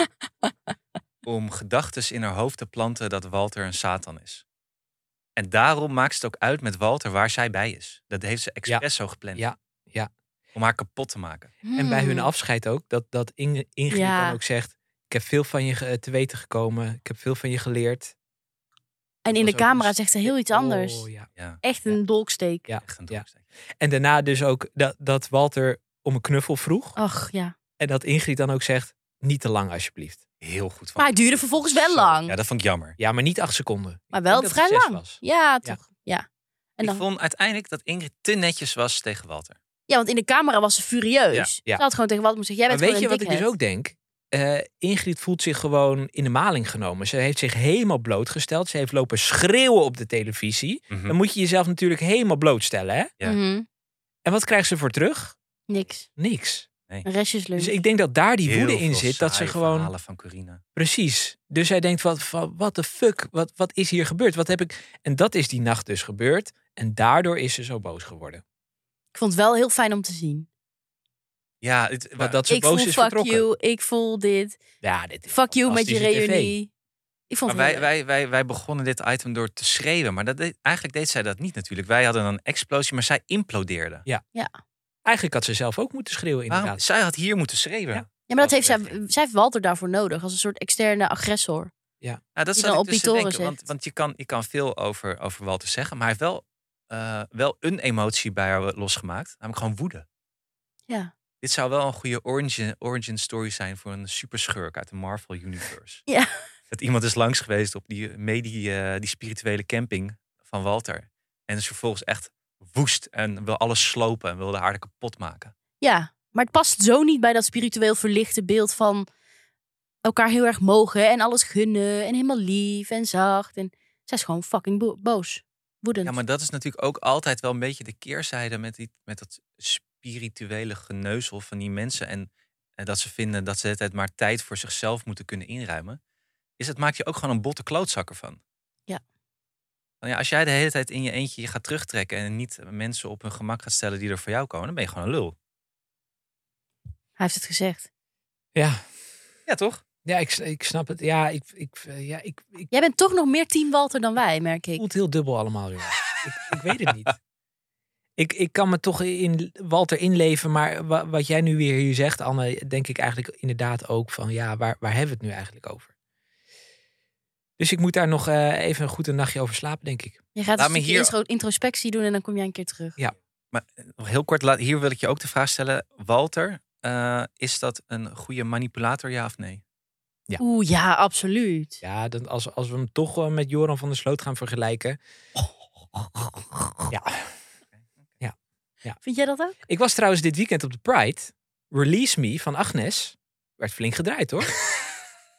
Speaker 4: om gedachten in haar hoofd te planten dat Walter een Satan is. En daarom maakt het ook uit met Walter waar zij bij is. Dat heeft ze expres zo gepland.
Speaker 3: Ja, ja.
Speaker 4: Om haar kapot te maken.
Speaker 3: En bij hun
Speaker 2: hmm.
Speaker 3: afscheid ook, dat, dat Inge- Ingrid
Speaker 2: Ja.
Speaker 3: dan ook zegt... Ik heb veel van je ge- te weten gekomen. Ik heb veel van je geleerd.
Speaker 2: En in de
Speaker 4: was ook een
Speaker 2: camera zegt ze heel iets anders.
Speaker 3: dus- Oh, ja.
Speaker 4: Ja,
Speaker 2: Echt een dolksteek.
Speaker 3: Ja.
Speaker 4: echt een
Speaker 3: Ja.
Speaker 4: doorsteek.
Speaker 3: En daarna dus ook dat, dat Walter om een knuffel vroeg.
Speaker 2: Ach ja.
Speaker 3: En dat Ingrid dan ook zegt, niet te lang alsjeblieft.
Speaker 4: Heel goed. Van
Speaker 2: Maar het duurde vervolgens wel
Speaker 4: Zo.
Speaker 2: lang.
Speaker 4: Ja, dat vond ik jammer.
Speaker 3: Ja, maar niet acht seconden. Ik
Speaker 2: Maar
Speaker 3: denk
Speaker 2: wel
Speaker 3: dat
Speaker 2: vrij
Speaker 3: het zes
Speaker 2: lang.
Speaker 3: was.
Speaker 2: Ja,
Speaker 3: Ja.
Speaker 2: toch? Ja. En
Speaker 4: Ik
Speaker 2: dan,
Speaker 4: vond uiteindelijk dat Ingrid te netjes was tegen Walter.
Speaker 2: ja, want in de camera was ze furieus.
Speaker 3: Ja, ja.
Speaker 2: Ze had gewoon tegen wat moeten zeggen.
Speaker 3: Maar
Speaker 2: Jij bent
Speaker 3: weet je wat ik dus ook denk? Eh, Ingrid voelt zich gewoon in de maling genomen. Ze heeft zich helemaal blootgesteld. Ze heeft lopen schreeuwen op de televisie.
Speaker 4: Mhm.
Speaker 3: Dan moet je jezelf natuurlijk helemaal blootstellen. Hè?
Speaker 4: Hm. ja.
Speaker 3: En wat krijgt ze voor terug?
Speaker 2: Mhm. Niks.
Speaker 3: Niks.
Speaker 2: Een restjeslunch.
Speaker 3: Dus ik denk dat daar die
Speaker 4: Heel
Speaker 3: woede in
Speaker 4: veel
Speaker 3: zit. Dat ze
Speaker 4: saaie
Speaker 3: gewoon.
Speaker 4: verhalen van Corina.
Speaker 3: Precies. Dus hij denkt: wat van- what the fuck? Wat, wat is hier gebeurd? Wat heb ik. En dat is die nacht dus gebeurd. En daardoor is ze zo boos geworden.
Speaker 2: Ik vond het wel heel fijn om te zien.
Speaker 4: Ja, het-
Speaker 3: Maar dat ze
Speaker 2: Ik voel
Speaker 3: boos
Speaker 2: fuck
Speaker 3: is vertrokken.
Speaker 2: you. Ik voel dit.
Speaker 3: Ja, dit is
Speaker 2: Fuck you met je
Speaker 3: fantastische tv.
Speaker 2: reunie. Ik vond
Speaker 4: Maar
Speaker 2: het
Speaker 4: wij,
Speaker 2: heel leuk.
Speaker 4: wij, wij, wij begonnen dit item door te schreeuwen. Maar dat deed- eigenlijk deed zij dat niet natuurlijk. Wij hadden een explosie, maar zij implodeerde.
Speaker 3: Eigenlijk had ze zelf ook moeten schreeuwen,
Speaker 4: Waarom-
Speaker 3: inderdaad.
Speaker 4: zij had hier moeten schreeuwen.
Speaker 3: Ja.
Speaker 4: Ja.
Speaker 2: Ja, maar dat heeft zij,
Speaker 4: Aflevering.
Speaker 2: zij heeft Walter daarvoor nodig. Als een soort externe agressor.
Speaker 4: dat
Speaker 2: Die
Speaker 4: zat
Speaker 2: dan
Speaker 4: ik
Speaker 2: op
Speaker 4: dus te
Speaker 2: Pitoren
Speaker 4: denken, want,
Speaker 2: zegt.
Speaker 4: want je kan, je kan veel over, over Walter zeggen. Maar hij heeft wel, eh, wel een emotie bij haar losgemaakt. Namelijk gewoon woede.
Speaker 2: Ja.
Speaker 4: Dit zou wel een goede origin, origin story zijn voor een superschurk uit de Marvel Universe.
Speaker 2: Ja.
Speaker 4: Dat iemand is langs geweest op die, mee die, eh, die spirituele camping van Walter. En is vervolgens echt woest en wil alles slopen en wilde haar er kapot maken.
Speaker 2: Ja, maar het past zo niet bij dat spiritueel verlichte beeld van elkaar heel erg mogen en alles gunnen en helemaal lief en zacht. En zij is gewoon fucking bo- boos. Woedend.
Speaker 4: Ja, maar dat is natuurlijk ook altijd wel een beetje de keerzijde met, die, met dat spirituele geneuzel van die mensen. En, en dat ze vinden dat ze de hele tijd maar tijd voor zichzelf moeten kunnen inruimen. Is dat maakt je ook gewoon een botte klootzakker van.
Speaker 2: Ja.
Speaker 4: Nou ja, als jij de hele tijd in je eentje je gaat terugtrekken en niet mensen op hun gemak gaat stellen die er voor jou komen, dan ben je gewoon een lul.
Speaker 2: Hij heeft het gezegd.
Speaker 3: Ja,
Speaker 4: Ja, toch?
Speaker 3: ja ik, s- ik snap het. Ja, ik, ik, eh, ja, ik, ik
Speaker 2: Jij bent toch nog meer team Walter dan wij, merk
Speaker 3: het
Speaker 2: ik.
Speaker 3: voelt heel dubbel allemaal. joh. ik, ik weet het niet. Ik, ik kan me toch in Walter inleven, maar wa- wat jij nu weer hier zegt, Anne, denk ik eigenlijk inderdaad ook van ja, waar, waar hebben we het nu eigenlijk over? Dus ik moet daar nog eh, even goed een nachtje over slapen, denk ik.
Speaker 2: Je gaat
Speaker 4: Laat
Speaker 2: een
Speaker 4: me
Speaker 2: stukje
Speaker 4: hier-
Speaker 2: intro- introspectie doen en dan kom jij een keer terug.
Speaker 4: Maar nog heel kort, laat- hier wil ik je ook de vraag stellen. Walter, eh, is dat een goede manipulator, ja of nee?
Speaker 3: Ja.
Speaker 2: Oeh, ja, absoluut.
Speaker 3: Ja, dan als, als we hem toch eh, met Joran van der Sloot gaan vergelijken. Ja.
Speaker 2: Vind jij dat ook?
Speaker 3: Ik was trouwens dit weekend op de Pride. Release Me van Agnes. Werd flink gedraaid hoor.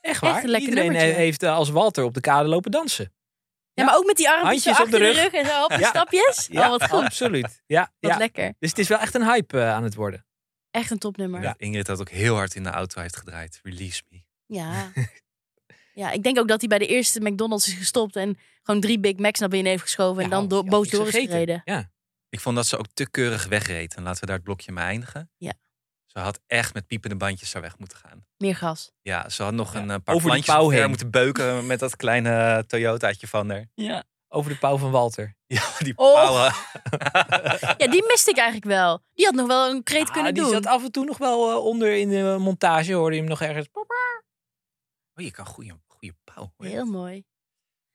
Speaker 3: Echt waar.
Speaker 2: Echt een lekker
Speaker 3: Iedereen
Speaker 2: nummertje.
Speaker 3: he- heeft eh, als Walter op de kade lopen dansen.
Speaker 2: Ja, maar ook met die armpjes
Speaker 3: Handjes
Speaker 2: zo
Speaker 3: op de
Speaker 2: achter
Speaker 3: rug.
Speaker 2: en zo op de
Speaker 3: Ja.
Speaker 2: stapjes. Oh, wat goed.
Speaker 3: Absoluut. Ja,
Speaker 2: Wat
Speaker 3: ja.
Speaker 2: lekker.
Speaker 3: Dus het is wel echt een hype eh, aan het worden.
Speaker 2: Echt een topnummer.
Speaker 4: Ja.
Speaker 2: Ja.
Speaker 4: Ingrid had ook heel hard in de auto heeft gedraaid. Release me.
Speaker 2: ja. ik denk ook dat hij bij de eerste McDonald's is gestopt en gewoon drie Big Macs naar binnen heeft geschoven en
Speaker 3: Ja,
Speaker 2: dan
Speaker 3: die
Speaker 2: do-
Speaker 3: had
Speaker 2: boos
Speaker 3: niks
Speaker 2: door is
Speaker 3: gegeten.
Speaker 2: gereden.
Speaker 3: Ja.
Speaker 4: Ik vond dat ze ook te keurig wegreed. En laten we daar het blokje mee eindigen.
Speaker 2: Ja.
Speaker 4: Ze had echt met piepende bandjes daar weg moeten gaan.
Speaker 2: Meer gas.
Speaker 4: Ja, ze had nog
Speaker 3: Ja,
Speaker 4: een eh, paar
Speaker 3: over die
Speaker 4: plantjes
Speaker 3: pauw
Speaker 4: omver
Speaker 3: heen.
Speaker 4: moeten beuken met dat kleine eh, Toyotaatje van haar.
Speaker 2: Ja.
Speaker 3: Over de pauw van Walter.
Speaker 4: Ja, die
Speaker 2: Oh.
Speaker 4: pauwen.
Speaker 2: ja, die miste ik eigenlijk wel. Die had nog wel een kreet
Speaker 3: Ah,
Speaker 2: kunnen
Speaker 3: die
Speaker 2: doen.
Speaker 3: zat af en toe nog wel eh, onder in de montage. Hoorde je hem nog ergens. pop.
Speaker 4: Oh, je kan goede, goede pauw. hoor.
Speaker 2: Heel mooi.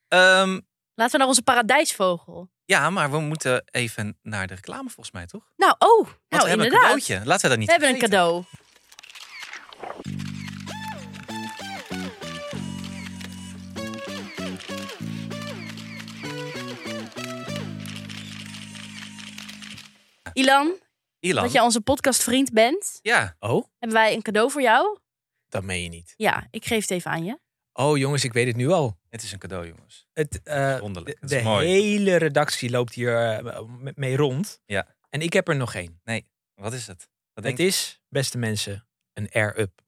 Speaker 4: Ehm,
Speaker 2: Laten we naar onze paradijsvogel.
Speaker 4: ja, maar we moeten even naar de reclame volgens mij, toch? Want
Speaker 2: Nou, oh, nou
Speaker 4: we hebben
Speaker 2: inderdaad.
Speaker 4: een cadeautje. Laten we dat niet
Speaker 2: we hebben een
Speaker 4: vergeten.
Speaker 2: cadeau. Ilan,
Speaker 4: Ilan.
Speaker 2: dat jij onze podcastvriend bent,
Speaker 4: Ja,
Speaker 3: Oh,
Speaker 2: hebben wij een cadeau voor jou.
Speaker 3: dat meen je niet.
Speaker 2: Ja, ik geef het even aan je.
Speaker 3: Oh jongens, ik weet het nu al.
Speaker 4: het is een cadeau, jongens.
Speaker 3: Het, eh,
Speaker 4: Wonderlijk.
Speaker 3: De,
Speaker 4: Dat is
Speaker 3: de
Speaker 4: mooi.
Speaker 3: hele redactie loopt hier eh, me- mee rond.
Speaker 4: Ja.
Speaker 3: En ik heb er nog één.
Speaker 4: Wat is het? Wat
Speaker 3: Het
Speaker 4: denk
Speaker 3: is, beste mensen, een air-up.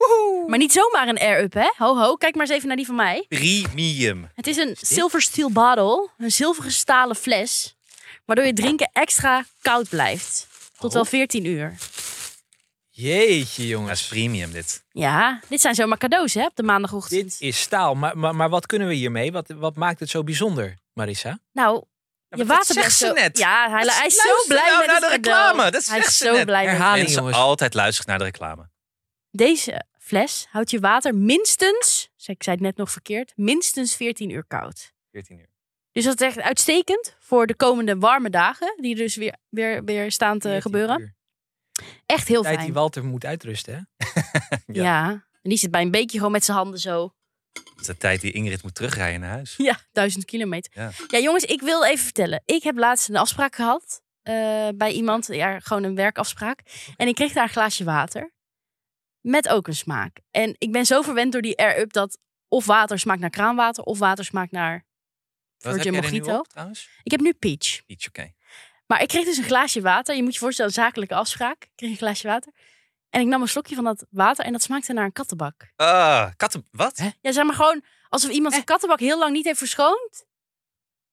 Speaker 2: Maar niet zomaar een air-up, hè? Ho, ho, kijk maar eens even naar die van mij.
Speaker 4: Premium.
Speaker 2: Het is een silver steel bottle, een zilveren stalen fles, waardoor je drinken extra koud blijft.
Speaker 4: Oh.
Speaker 2: Tot wel 14 uur.
Speaker 3: Jeetje
Speaker 4: Dat is
Speaker 3: jongens.
Speaker 4: premium, dit.
Speaker 2: Ja, dit zijn zomaar cadeaus hè, op de maandagochtend.
Speaker 3: Dit is staal. Maar, maar, maar wat kunnen we hiermee? Wat, wat maakt het zo bijzonder, Marissa?
Speaker 2: Nou, je
Speaker 4: dat
Speaker 2: water
Speaker 4: zegt
Speaker 2: bent
Speaker 4: ze
Speaker 2: zo-
Speaker 4: net.
Speaker 2: Ja, hij,
Speaker 4: Dat-
Speaker 2: hij is
Speaker 4: luister
Speaker 2: zo blij
Speaker 4: nou
Speaker 2: met
Speaker 4: naar
Speaker 2: het
Speaker 4: de
Speaker 2: cadeau.
Speaker 4: reclame, dat
Speaker 2: hij
Speaker 4: zegt
Speaker 2: is
Speaker 4: ze
Speaker 2: zo
Speaker 4: net.
Speaker 2: blij met
Speaker 3: Herhaling,
Speaker 2: het.
Speaker 4: Mensen
Speaker 3: jongens.
Speaker 4: altijd luisteren naar de reclame.
Speaker 2: Deze fles houdt je water minstens, zei- ik zei het net nog verkeerd, minstens 14 uur koud.
Speaker 4: 14 uur.
Speaker 2: Dus dat is echt uitstekend voor de komende warme dagen, die dus weer, weer, weer staan te
Speaker 3: 14
Speaker 2: eh, gebeuren.
Speaker 3: uur.
Speaker 2: Echt heel
Speaker 3: Tijd die
Speaker 2: fijn.
Speaker 3: Walter moet uitrusten, hè?
Speaker 2: Ja. en die zit bij een beetje gewoon met zijn handen zo.
Speaker 4: Dat is de tijd die Ingrid moet terugrijden naar huis.
Speaker 2: Ja, duizend kilometer. Ja.
Speaker 4: Ja.
Speaker 2: jongens, ik wil even vertellen. Ik heb laatst een afspraak gehad eh, bij iemand. Ja, gewoon een werkafspraak. En ik kreeg daar een glaasje water. Met ook een smaak. En ik ben zo verwend door die air-up dat of water smaakt naar kraanwater of water smaakt naar...
Speaker 4: Wat
Speaker 2: Virgin
Speaker 4: heb jij er nu
Speaker 2: Mojito?
Speaker 4: op, trouwens?
Speaker 2: Ik heb nu peach.
Speaker 4: Iets, oké.
Speaker 2: Maar ik kreeg dus een glaasje water. Je moet je voorstellen, een zakelijke afspraak. Ik kreeg een glaasje water. En ik nam een slokje van dat water en dat smaakte naar een kattenbak.
Speaker 4: Ah, katten... Wat?
Speaker 3: Hè?
Speaker 2: Ja, zeg maar gewoon alsof iemand zijn kattenbak heel lang niet heeft verschoond.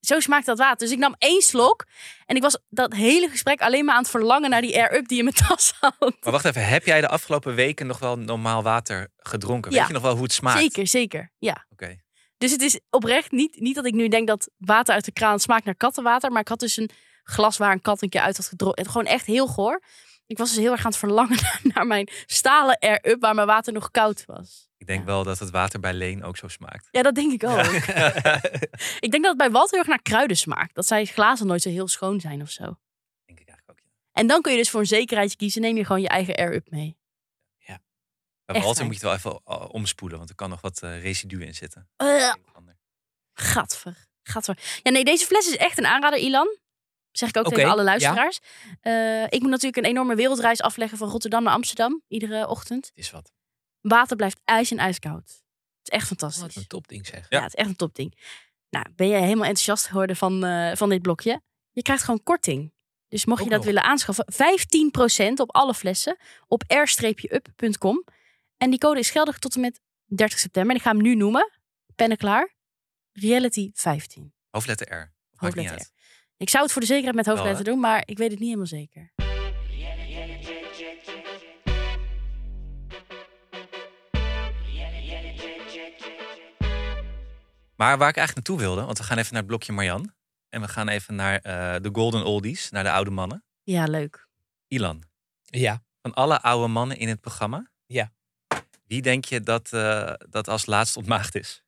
Speaker 2: Zo smaakt dat water. Dus ik nam één slok en ik was dat hele gesprek alleen maar aan het verlangen naar die air-up die in mijn tas had.
Speaker 4: Maar wacht even, heb jij de afgelopen weken nog wel normaal water gedronken?
Speaker 2: Ja.
Speaker 4: Weet je nog wel hoe het smaakt?
Speaker 2: Zeker, zeker. Ja.
Speaker 4: Oké.
Speaker 2: Dus het is oprecht niet, niet dat ik nu denk dat water uit de kraan smaakt naar kattenwater. Maar ik had dus een glas waar een kat een keer uit had gedronken. Gewoon echt heel goor. Ik was dus heel erg aan het verlangen naar, naar mijn stalen air-up waar mijn water nog koud was.
Speaker 4: Ik denk wel dat het water bij Leen ook zo smaakt.
Speaker 2: Ja, dat denk ik ook. Ik denk dat het bij Walter heel erg naar kruiden smaakt. Dat zijn glazen nooit zo heel schoon zijn of zo.
Speaker 4: denk ik eigenlijk ook, ja.
Speaker 2: En dan kun je dus voor een zekerheidje kiezen. Neem je gewoon je eigen air-up mee.
Speaker 4: Bij
Speaker 2: Echt
Speaker 4: Walter
Speaker 2: waar.
Speaker 4: moet je het wel even eh, omspoelen, want er kan nog wat eh, residu in zitten.
Speaker 2: Ugh, gadver. Gadver. Ja, nee, deze fles is echt een aanrader, Ilan. Zeg ik ook
Speaker 3: Oké,
Speaker 2: tegen alle
Speaker 3: ja.
Speaker 2: luisteraars. Eh, ik moet natuurlijk een enorme wereldreis afleggen van Rotterdam naar Amsterdam. Iedere ochtend.
Speaker 3: Het is wat.
Speaker 2: Water blijft ijs en ijskoud. Het is echt
Speaker 3: Wat
Speaker 2: fantastisch.
Speaker 3: een topding zeg.
Speaker 2: Ja, het is echt een topding. Nou, ben je helemaal enthousiast geworden van, eh, van dit blokje? Je krijgt gewoon korting. Dus mocht
Speaker 3: Ook
Speaker 2: je dat
Speaker 3: nog.
Speaker 2: willen aanschaffen, 15% op alle flessen op r-up.com. En die code is geldig tot en met 30 september. En ik ga hem nu noemen. Pennen klaar. Reality 15.
Speaker 4: Hoofdletter R. Maakt niet
Speaker 2: Hoofdletter
Speaker 4: uit.
Speaker 2: Ik zou het voor de zekerheid met hoofdletter
Speaker 4: Wel, Oh, hè?
Speaker 2: doen, maar ik weet het niet helemaal zeker.
Speaker 4: Maar waar ik eigenlijk naartoe wilde, want we gaan even naar het blokje Marjan. En we gaan even naar eh, de Golden Oldies, naar de oude mannen.
Speaker 2: Ja, leuk.
Speaker 4: Ilan,
Speaker 3: Ja.
Speaker 4: van alle oude mannen in het programma.
Speaker 3: Ja.
Speaker 4: Wie denk je dat, eh, dat als laatst ontmaagd is?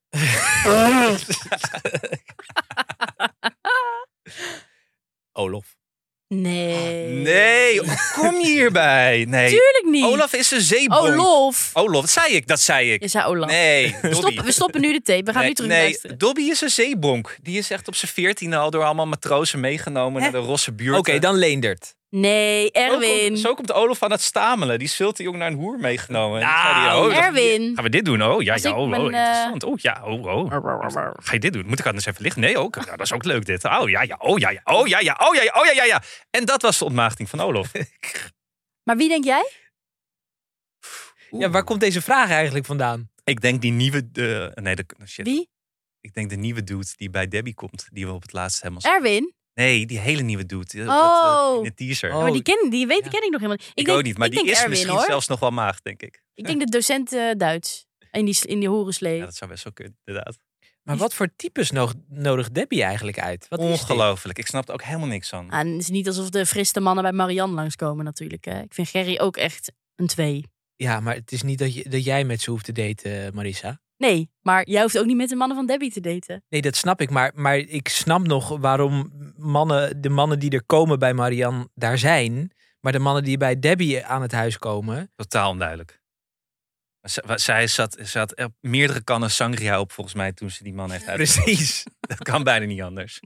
Speaker 3: Olof.
Speaker 2: Nee.
Speaker 4: Ah, Nee, hoe kom je hierbij? Nee.
Speaker 2: Tuurlijk niet.
Speaker 4: Olaf is een zeebonk.
Speaker 2: Olof.
Speaker 4: Olaf, dat zei ik, dat zei ik.
Speaker 2: Je zei Olaf.
Speaker 4: Nee, Dobby.
Speaker 2: Stop, we stoppen nu de tape. We gaan
Speaker 4: nee,
Speaker 2: nu terug
Speaker 4: nee,
Speaker 2: luisteren.
Speaker 4: Dobby is een zeebonk. Die is echt op zijn veertiende al door allemaal matrozen meegenomen
Speaker 3: Hè?
Speaker 4: naar de Rosse buurt.
Speaker 3: Oké, dan Leendert.
Speaker 2: Nee,
Speaker 4: Zo
Speaker 2: Erwin.
Speaker 4: komt, Oh, zo komt Olaf aan het stamelen. Die is veel te jong naar een hoer meegenomen. En
Speaker 3: Nou,
Speaker 4: dan zei hij, oh, dat-
Speaker 2: Erwin.
Speaker 4: Gaan we dit doen? Oh, ja,
Speaker 2: Als
Speaker 4: ja,
Speaker 2: ik
Speaker 4: oh,
Speaker 2: mijn, eh,
Speaker 4: oh, interessant. Oh, ja, oh, oh. Ga je dit doen? Moet ik anders even liggen? Nee, ook. Ja, dat is ook leuk dit. Oh, ja, ja, oh, ja, ja, oh, ja, ja, oh, ja, ja, oh, ja, ja, ja. En dat was de ontmaagding van Olaf.
Speaker 2: Maar wie denk jij?
Speaker 3: Ja, waar komt deze vraag eigenlijk vandaan?
Speaker 4: Ik denk die nieuwe... eh, nee, de, shit.
Speaker 2: Wie?
Speaker 4: Ik denk de nieuwe dude die bij Debbie komt. Die we op het laatst helemaal...
Speaker 2: Erwin.
Speaker 4: Nee, die hele nieuwe dude. Die- dat,
Speaker 2: Oh.
Speaker 4: eh, in de teaser.
Speaker 3: Oh,
Speaker 2: Ja, maar die, ken, die weet, die
Speaker 3: Ja.
Speaker 2: ken ik nog helemaal niet.
Speaker 4: ik
Speaker 2: denk,
Speaker 4: ook niet, maar
Speaker 2: ik
Speaker 4: die
Speaker 2: denk
Speaker 4: is
Speaker 2: Erwin,
Speaker 4: misschien
Speaker 2: hoor.
Speaker 4: zelfs nog wel maagd, denk ik.
Speaker 2: Ik denk de docent eh, Duits. In die, in die horenslee.
Speaker 4: Ja, dat zou best wel kunnen, inderdaad.
Speaker 3: Maar wat voor types nog, nodig Debbie eigenlijk uit? Wat is dit?
Speaker 4: Ongelooflijk. Ik snap er ook helemaal niks van.
Speaker 2: Ah, en het is niet alsof de friste mannen bij Marianne langskomen natuurlijk. Hè. Ik vind Gerry ook echt een twee.
Speaker 3: Ja, maar het is niet dat, je, dat jij met ze hoeft te daten, eh, Marissa.
Speaker 2: Nee, maar jij hoeft ook niet met de mannen van Debbie te daten.
Speaker 3: Nee, dat snap ik. Maar, maar ik snap nog waarom mannen, de mannen die er komen bij Marianne daar zijn. Maar de mannen die bij Debbie aan het huis komen.
Speaker 4: Totaal onduidelijk. Z- wa- Zij zat, zat er meerdere kannen sangria op, volgens mij, toen ze die man heeft uitgekozen.
Speaker 3: Precies.
Speaker 4: Dat kan bijna niet anders.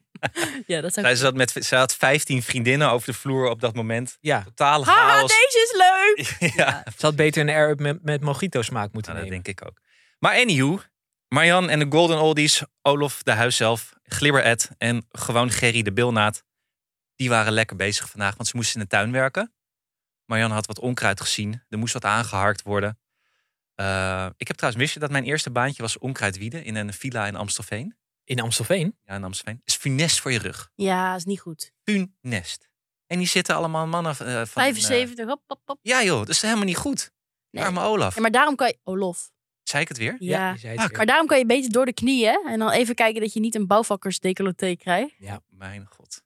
Speaker 2: Ja, dat zou
Speaker 4: Zij, zat met, zij had 15 vriendinnen over de vloer op dat moment.
Speaker 3: Ja,
Speaker 4: Totale
Speaker 2: Haha,
Speaker 4: chaos.
Speaker 2: deze is leuk!
Speaker 4: ja,
Speaker 3: ze had beter een air-up met, met mojito smaak moeten
Speaker 4: nou, dat
Speaker 3: nemen.
Speaker 4: denk ik ook. Maar anywho, Marjan en de Golden Oldies, Olof de huis zelf, Glibber Ed en gewoon Gerry de Bilnaat. Die waren lekker bezig vandaag, want ze moesten in de tuin werken. Marjan had wat onkruid gezien. Er moest wat aangeharkt worden. Eh, ik heb trouwens, wist je dat mijn eerste baantje was onkruid wieden in een villa in Amstelveen?
Speaker 3: In Amstelveen?
Speaker 4: Ja, in Amstelveen. Is funest voor je rug.
Speaker 2: Ja, is niet goed.
Speaker 4: Funest. En die zitten allemaal mannen eh, van... eh,
Speaker 2: 75, hop, hop, hop.
Speaker 4: ja joh, dat is helemaal niet goed.
Speaker 2: Nee.
Speaker 4: Arme Olaf.
Speaker 2: Ja, maar daarom kan je... Olof.
Speaker 4: Zei ik het weer?
Speaker 2: Ja.
Speaker 3: die zei het
Speaker 4: Fuck.
Speaker 3: weer.
Speaker 2: Maar daarom kan je beter door de knieën. En dan even kijken dat je niet een bouwvakkersdecolleté krijgt.
Speaker 4: Mijn god.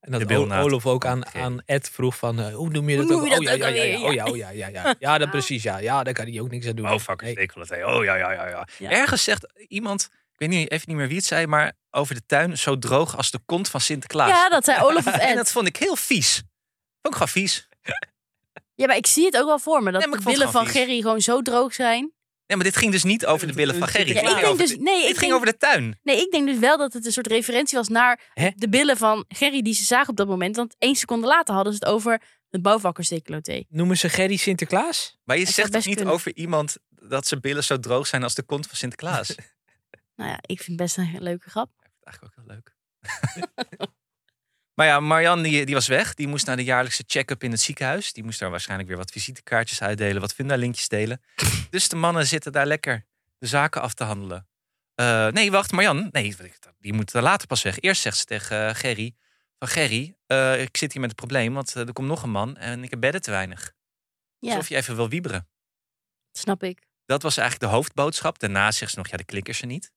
Speaker 3: En dat
Speaker 4: De bilnaad.
Speaker 3: Ol- Olaf ook aan,
Speaker 4: Oké.
Speaker 3: aan Ed vroeg van, eh, hoe noem je dat
Speaker 2: Hoe
Speaker 3: ook?
Speaker 2: noem je
Speaker 3: oh,
Speaker 2: dat
Speaker 3: ja,
Speaker 2: ook
Speaker 3: ja, ja,
Speaker 2: alweer?
Speaker 3: ja, oh ja, oh ja, ja, ja. Ja, dat precies, ja. Ja, daar kan hij ook niks aan doen.
Speaker 4: Oh, fuck,
Speaker 3: Nee.
Speaker 4: decolleté. Oh, ja, ja, ja, ja,
Speaker 2: Ja.
Speaker 4: Ergens zegt iemand, ik weet niet, even niet meer wie het zei, maar over de tuin zo droog als de kont van Sinterklaas.
Speaker 2: Ja, dat zei Olof of
Speaker 4: Ah. en
Speaker 2: Ed.
Speaker 4: dat vond ik heel vies. Ook gewoon vies.
Speaker 2: Ja, maar ik zie het ook wel voor me. Dat
Speaker 4: Nee, maar ik
Speaker 2: de
Speaker 4: vond het
Speaker 2: billen van
Speaker 4: gewoon vies.
Speaker 2: Gerry gewoon zo droog zijn.
Speaker 4: Nee, maar dit ging dus niet over de billen van Gerry.
Speaker 3: Ja,
Speaker 4: Dit
Speaker 2: Ja,
Speaker 3: ging
Speaker 2: ik
Speaker 4: over
Speaker 2: denk dus...
Speaker 4: de-
Speaker 2: Nee,
Speaker 4: dit
Speaker 2: ik
Speaker 4: ging
Speaker 2: denk,
Speaker 4: over de tuin.
Speaker 2: nee, ik denk dus wel dat het een soort referentie was naar
Speaker 3: Hè?
Speaker 2: de billen van Gerry die ze zagen op dat moment. Want één seconde later hadden ze het over het bouwvakkersdecolleté.
Speaker 3: Noemen ze Gerry Sinterklaas?
Speaker 4: Maar je
Speaker 2: zou
Speaker 4: zegt toch
Speaker 2: best
Speaker 4: niet
Speaker 2: kunnen.
Speaker 4: over iemand dat zijn billen zo droog zijn als de kont van Sinterklaas. Dat
Speaker 2: Nou ja, ik vind het best een leuke grap.
Speaker 4: is eigenlijk ook heel leuk. maar ja, Marianne die, die was weg. Die moest naar de jaarlijkse check-up in het ziekenhuis. Die moest daar waarschijnlijk weer wat visitekaartjes uitdelen, wat Vinda-linkjes delen. Dus de mannen zitten daar lekker de zaken af te handelen. Eh, nee, wacht, Marjan. Nee, wat ik- die moet er later pas weg. Eerst zegt ze tegen eh, Gerry: Van Gerry, eh, ik zit hier met een probleem, want eh, er komt nog een man en ik heb bedden te weinig.
Speaker 2: Ja,
Speaker 4: Alsof je even wil wieberen.
Speaker 2: snap ik.
Speaker 4: Dat was eigenlijk de hoofdboodschap. Daarna zegt ze nog: Ja, de klikkers er niet.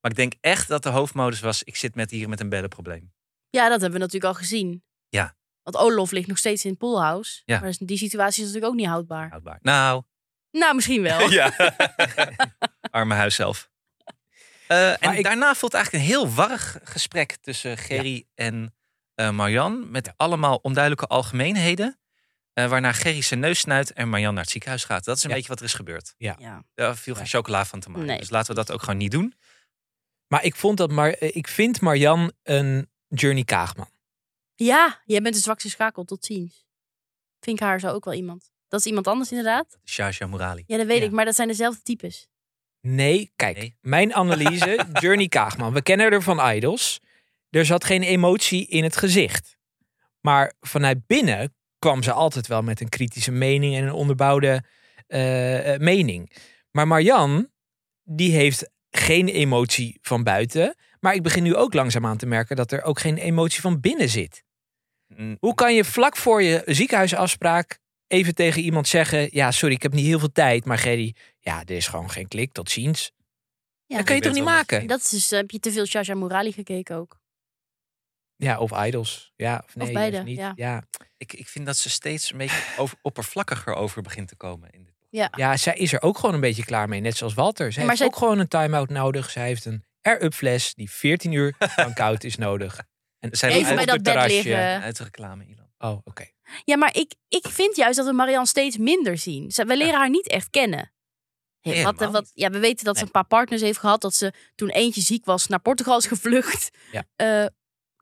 Speaker 4: Maar ik denk echt dat de hoofdmodus was: Ik zit met hier met een beddenprobleem.
Speaker 2: Ja, dat hebben we natuurlijk al gezien.
Speaker 4: Ja.
Speaker 2: Want Olof ligt nog steeds in het poolhouse.
Speaker 4: Ja.
Speaker 2: Maar die situatie is natuurlijk ook niet houdbaar.
Speaker 4: Houdbaar. Nou,
Speaker 2: Nou, misschien wel.
Speaker 4: ja. Arme huis zelf. Eh, en
Speaker 3: Maar ik-
Speaker 4: daarna voelt eigenlijk een heel warrig gesprek tussen Gerry en eh Marjan. Met allemaal onduidelijke algemeenheden. eh, waarna Gerry zijn neus snuit en Marjan naar het ziekenhuis gaat. Dat is een
Speaker 3: Ja.
Speaker 4: beetje wat er is gebeurd.
Speaker 2: Ja.
Speaker 4: Daar viel geen
Speaker 3: Ja.
Speaker 4: chocola van te maken.
Speaker 2: Nee.
Speaker 4: Dus laten we dat ook gewoon niet doen.
Speaker 3: Maar ik vond dat Mar eh, ik vind Marjan een Journey Kaagman.
Speaker 2: Ja, jij bent de zwakste schakel. Tot ziens. Vind ik haar zo ook wel iemand. Dat is iemand anders inderdaad.
Speaker 4: Shasha Murali.
Speaker 2: Ja, dat weet
Speaker 3: Ja.
Speaker 2: ik. Maar dat zijn dezelfde types.
Speaker 3: Nee, kijk.
Speaker 4: Nee.
Speaker 3: Mijn analyse, Journey Kaagman. We kennen haar van Idols. Er zat geen emotie in het gezicht. Maar vanuit binnen kwam ze altijd wel met een kritische mening en een onderbouwde eh, eh, mening. Maar Marjan, die heeft geen emotie van buiten. Maar ik begin nu ook langzaam aan te merken dat er ook geen emotie van binnen zit.
Speaker 4: Mm,
Speaker 3: Hoe kan je vlak voor je ziekenhuisafspraak even tegen iemand zeggen... Ja, sorry, ik heb niet heel veel tijd, maar Gerry... Ja, er is gewoon geen klik, tot ziens.
Speaker 2: Ja.
Speaker 3: Dat kun je
Speaker 4: Ik
Speaker 3: toch
Speaker 4: weet
Speaker 3: niet
Speaker 4: wel wat je
Speaker 3: maken?
Speaker 2: Dat is dus, heb je te veel Shasha Morali gekeken ook.
Speaker 3: Ja, of idols. Ja, of nee,
Speaker 2: beide,
Speaker 3: niet.
Speaker 2: ja.
Speaker 3: Ja. Ja.
Speaker 4: Ik, ik vind dat ze steeds een beetje over, oppervlakkiger over begint te komen. In dit.
Speaker 3: zij is er ook gewoon een beetje klaar mee. Net zoals Walter. Zij
Speaker 2: Ja, maar
Speaker 3: heeft
Speaker 2: zij-
Speaker 3: ook gewoon een time-out nodig. Zij heeft een air-up fles die 14 uur lang koud is nodig. En
Speaker 4: Zij wil
Speaker 2: Even
Speaker 4: ook
Speaker 2: bij
Speaker 4: op
Speaker 2: dat bed liggen.
Speaker 4: Uit de reclame, Ilan.
Speaker 3: Oh, oké.
Speaker 2: Ja, maar ik, ik vind juist dat we Marianne steeds minder zien. Ze- We leren haar niet echt kennen. Ja,
Speaker 4: Nee,
Speaker 2: wat,
Speaker 4: helemaal
Speaker 2: wat, ja, we weten dat ze een paar partners heeft gehad. Dat ze toen eentje ziek was naar Portugal is gevlucht.
Speaker 3: Ja.
Speaker 2: Eh,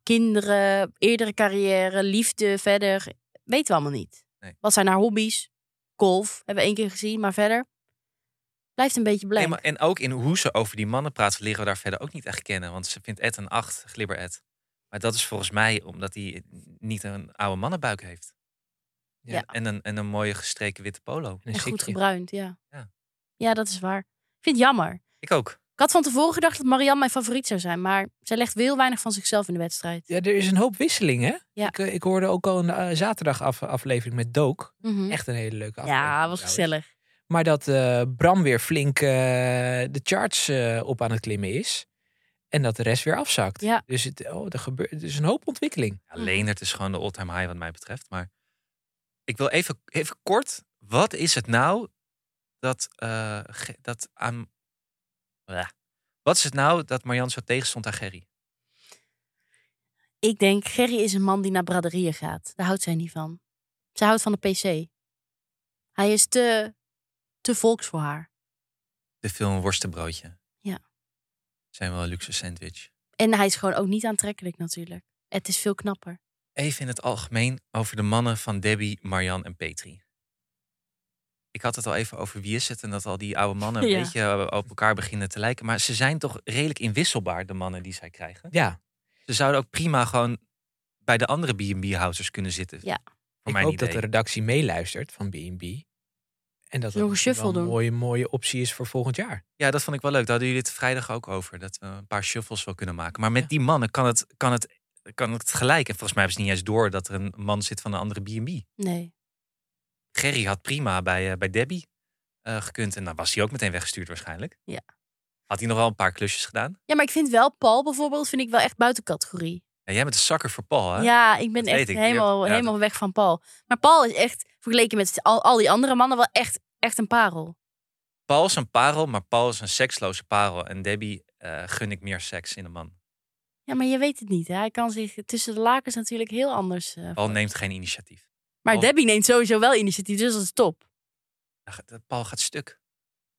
Speaker 2: kinderen, eerdere carrière, liefde verder. Weten we allemaal niet.
Speaker 4: Nee.
Speaker 2: Wat zijn haar hobby's? Golf hebben we één keer gezien, maar verder blijft een beetje blank.
Speaker 4: Nee, maar- en ook in hoe ze over die mannen praat, leren we daar verder ook niet echt kennen. Want ze vindt Ed een 8, glibber Ed. Maar dat is volgens mij omdat hij niet een oude mannenbuik heeft.
Speaker 3: Ja.
Speaker 2: Ja.
Speaker 4: En, een, en een mooie gestreken witte polo.
Speaker 3: En een
Speaker 2: en goed
Speaker 3: sikje.
Speaker 2: gebruind, ja.
Speaker 4: Ja.
Speaker 2: Ja, dat is waar. Ik vind het jammer.
Speaker 4: Ik ook.
Speaker 2: Ik had van tevoren gedacht dat Marianne mijn favoriet zou zijn, maar zij legt heel weinig van zichzelf in de wedstrijd.
Speaker 3: Ja, er is een hoop wisseling, hè?
Speaker 2: Ja.
Speaker 3: Ik, eh, ik hoorde ook al een eh, zaterdag af- aflevering met Dook.
Speaker 2: Mhm.
Speaker 3: Echt een hele leuke aflevering.
Speaker 2: Ja, was
Speaker 3: trouwens.
Speaker 2: gezellig.
Speaker 3: Maar dat eh, Bram weer flink eh, de charts eh, op aan het klimmen is. En dat de rest weer afzakt.
Speaker 2: Ja.
Speaker 3: Dus het, oh, er, gebeurt, er is een hoop ontwikkeling.
Speaker 4: Ja, Leendert is gewoon de all-time high wat mij betreft. Maar ik wil even, even kort. Wat is het nou dat, eh, Ge- dat aan... Blah. Wat is het nou dat Marjan zo tegenstond aan Gerry?
Speaker 2: Ik denk, Gerry is een man die naar braderieën gaat. Daar houdt zij niet van. Zij houdt van de PC. Hij is te, te volks voor haar.
Speaker 4: De film Worstenbroodje.
Speaker 2: Ja.
Speaker 4: Zijn wel een luxe sandwich.
Speaker 2: En hij is gewoon ook niet aantrekkelijk natuurlijk. Het is veel knapper.
Speaker 4: Even in het algemeen over de mannen van Debbie, Marian en Petri. Ik had het al even over wie is het en dat al die oude mannen een
Speaker 2: Ja.
Speaker 4: beetje eh, op elkaar beginnen te lijken. Maar ze zijn toch redelijk inwisselbaar, de mannen die zij krijgen.
Speaker 3: Ja,
Speaker 4: Ze zouden ook prima gewoon bij de andere B&B-housers kunnen zitten.
Speaker 2: Ja.
Speaker 4: Voor
Speaker 3: ik
Speaker 4: mijn
Speaker 3: hoop
Speaker 4: idee.
Speaker 3: dat de redactie meeluistert van B&B. En dat
Speaker 2: Nog een
Speaker 3: dat
Speaker 2: shuffle
Speaker 3: wel
Speaker 2: doen.
Speaker 3: een mooie, mooie optie is voor volgend jaar.
Speaker 4: Ja, dat vond ik wel leuk. Daar hadden jullie het vrijdag ook over. Dat we een paar shuffles wel kunnen maken. Maar met die mannen kan het, kan het, kan het gelijk. En volgens mij hebben ze niet eens door dat er een man zit van een andere B&B.
Speaker 2: Nee.
Speaker 4: Gerry had prima bij, eh, bij Debbie eh, gekund. En dan was hij ook meteen weggestuurd waarschijnlijk.
Speaker 2: Ja.
Speaker 4: Had hij nog wel een paar klusjes gedaan?
Speaker 2: Ja, maar ik vind wel Paul bijvoorbeeld, vind ik wel echt buiten categorie.
Speaker 4: Ja, jij bent een zakker voor Paul, hè?
Speaker 2: Ja, ik ben
Speaker 4: Dat
Speaker 2: echt
Speaker 4: weet ik. Je
Speaker 2: helemaal,
Speaker 4: hebt- ja,
Speaker 2: helemaal weg van Paul. Maar Paul is echt, vergeleken met al, al die andere mannen, wel echt, echt een parel.
Speaker 4: Paul is een parel, maar Paul is een seksloze parel. En Debbie eh, gun ik meer seks in een man.
Speaker 2: Ja, maar je weet het niet. Hè? Hij kan zich tussen de lakens natuurlijk heel anders. eh,
Speaker 4: Paul neemt geen initiatief.
Speaker 2: maar
Speaker 4: Paul-
Speaker 2: Debbie neemt sowieso wel initiatief, dus dat is top.
Speaker 4: Ja, ga- eh, Paul gaat stuk.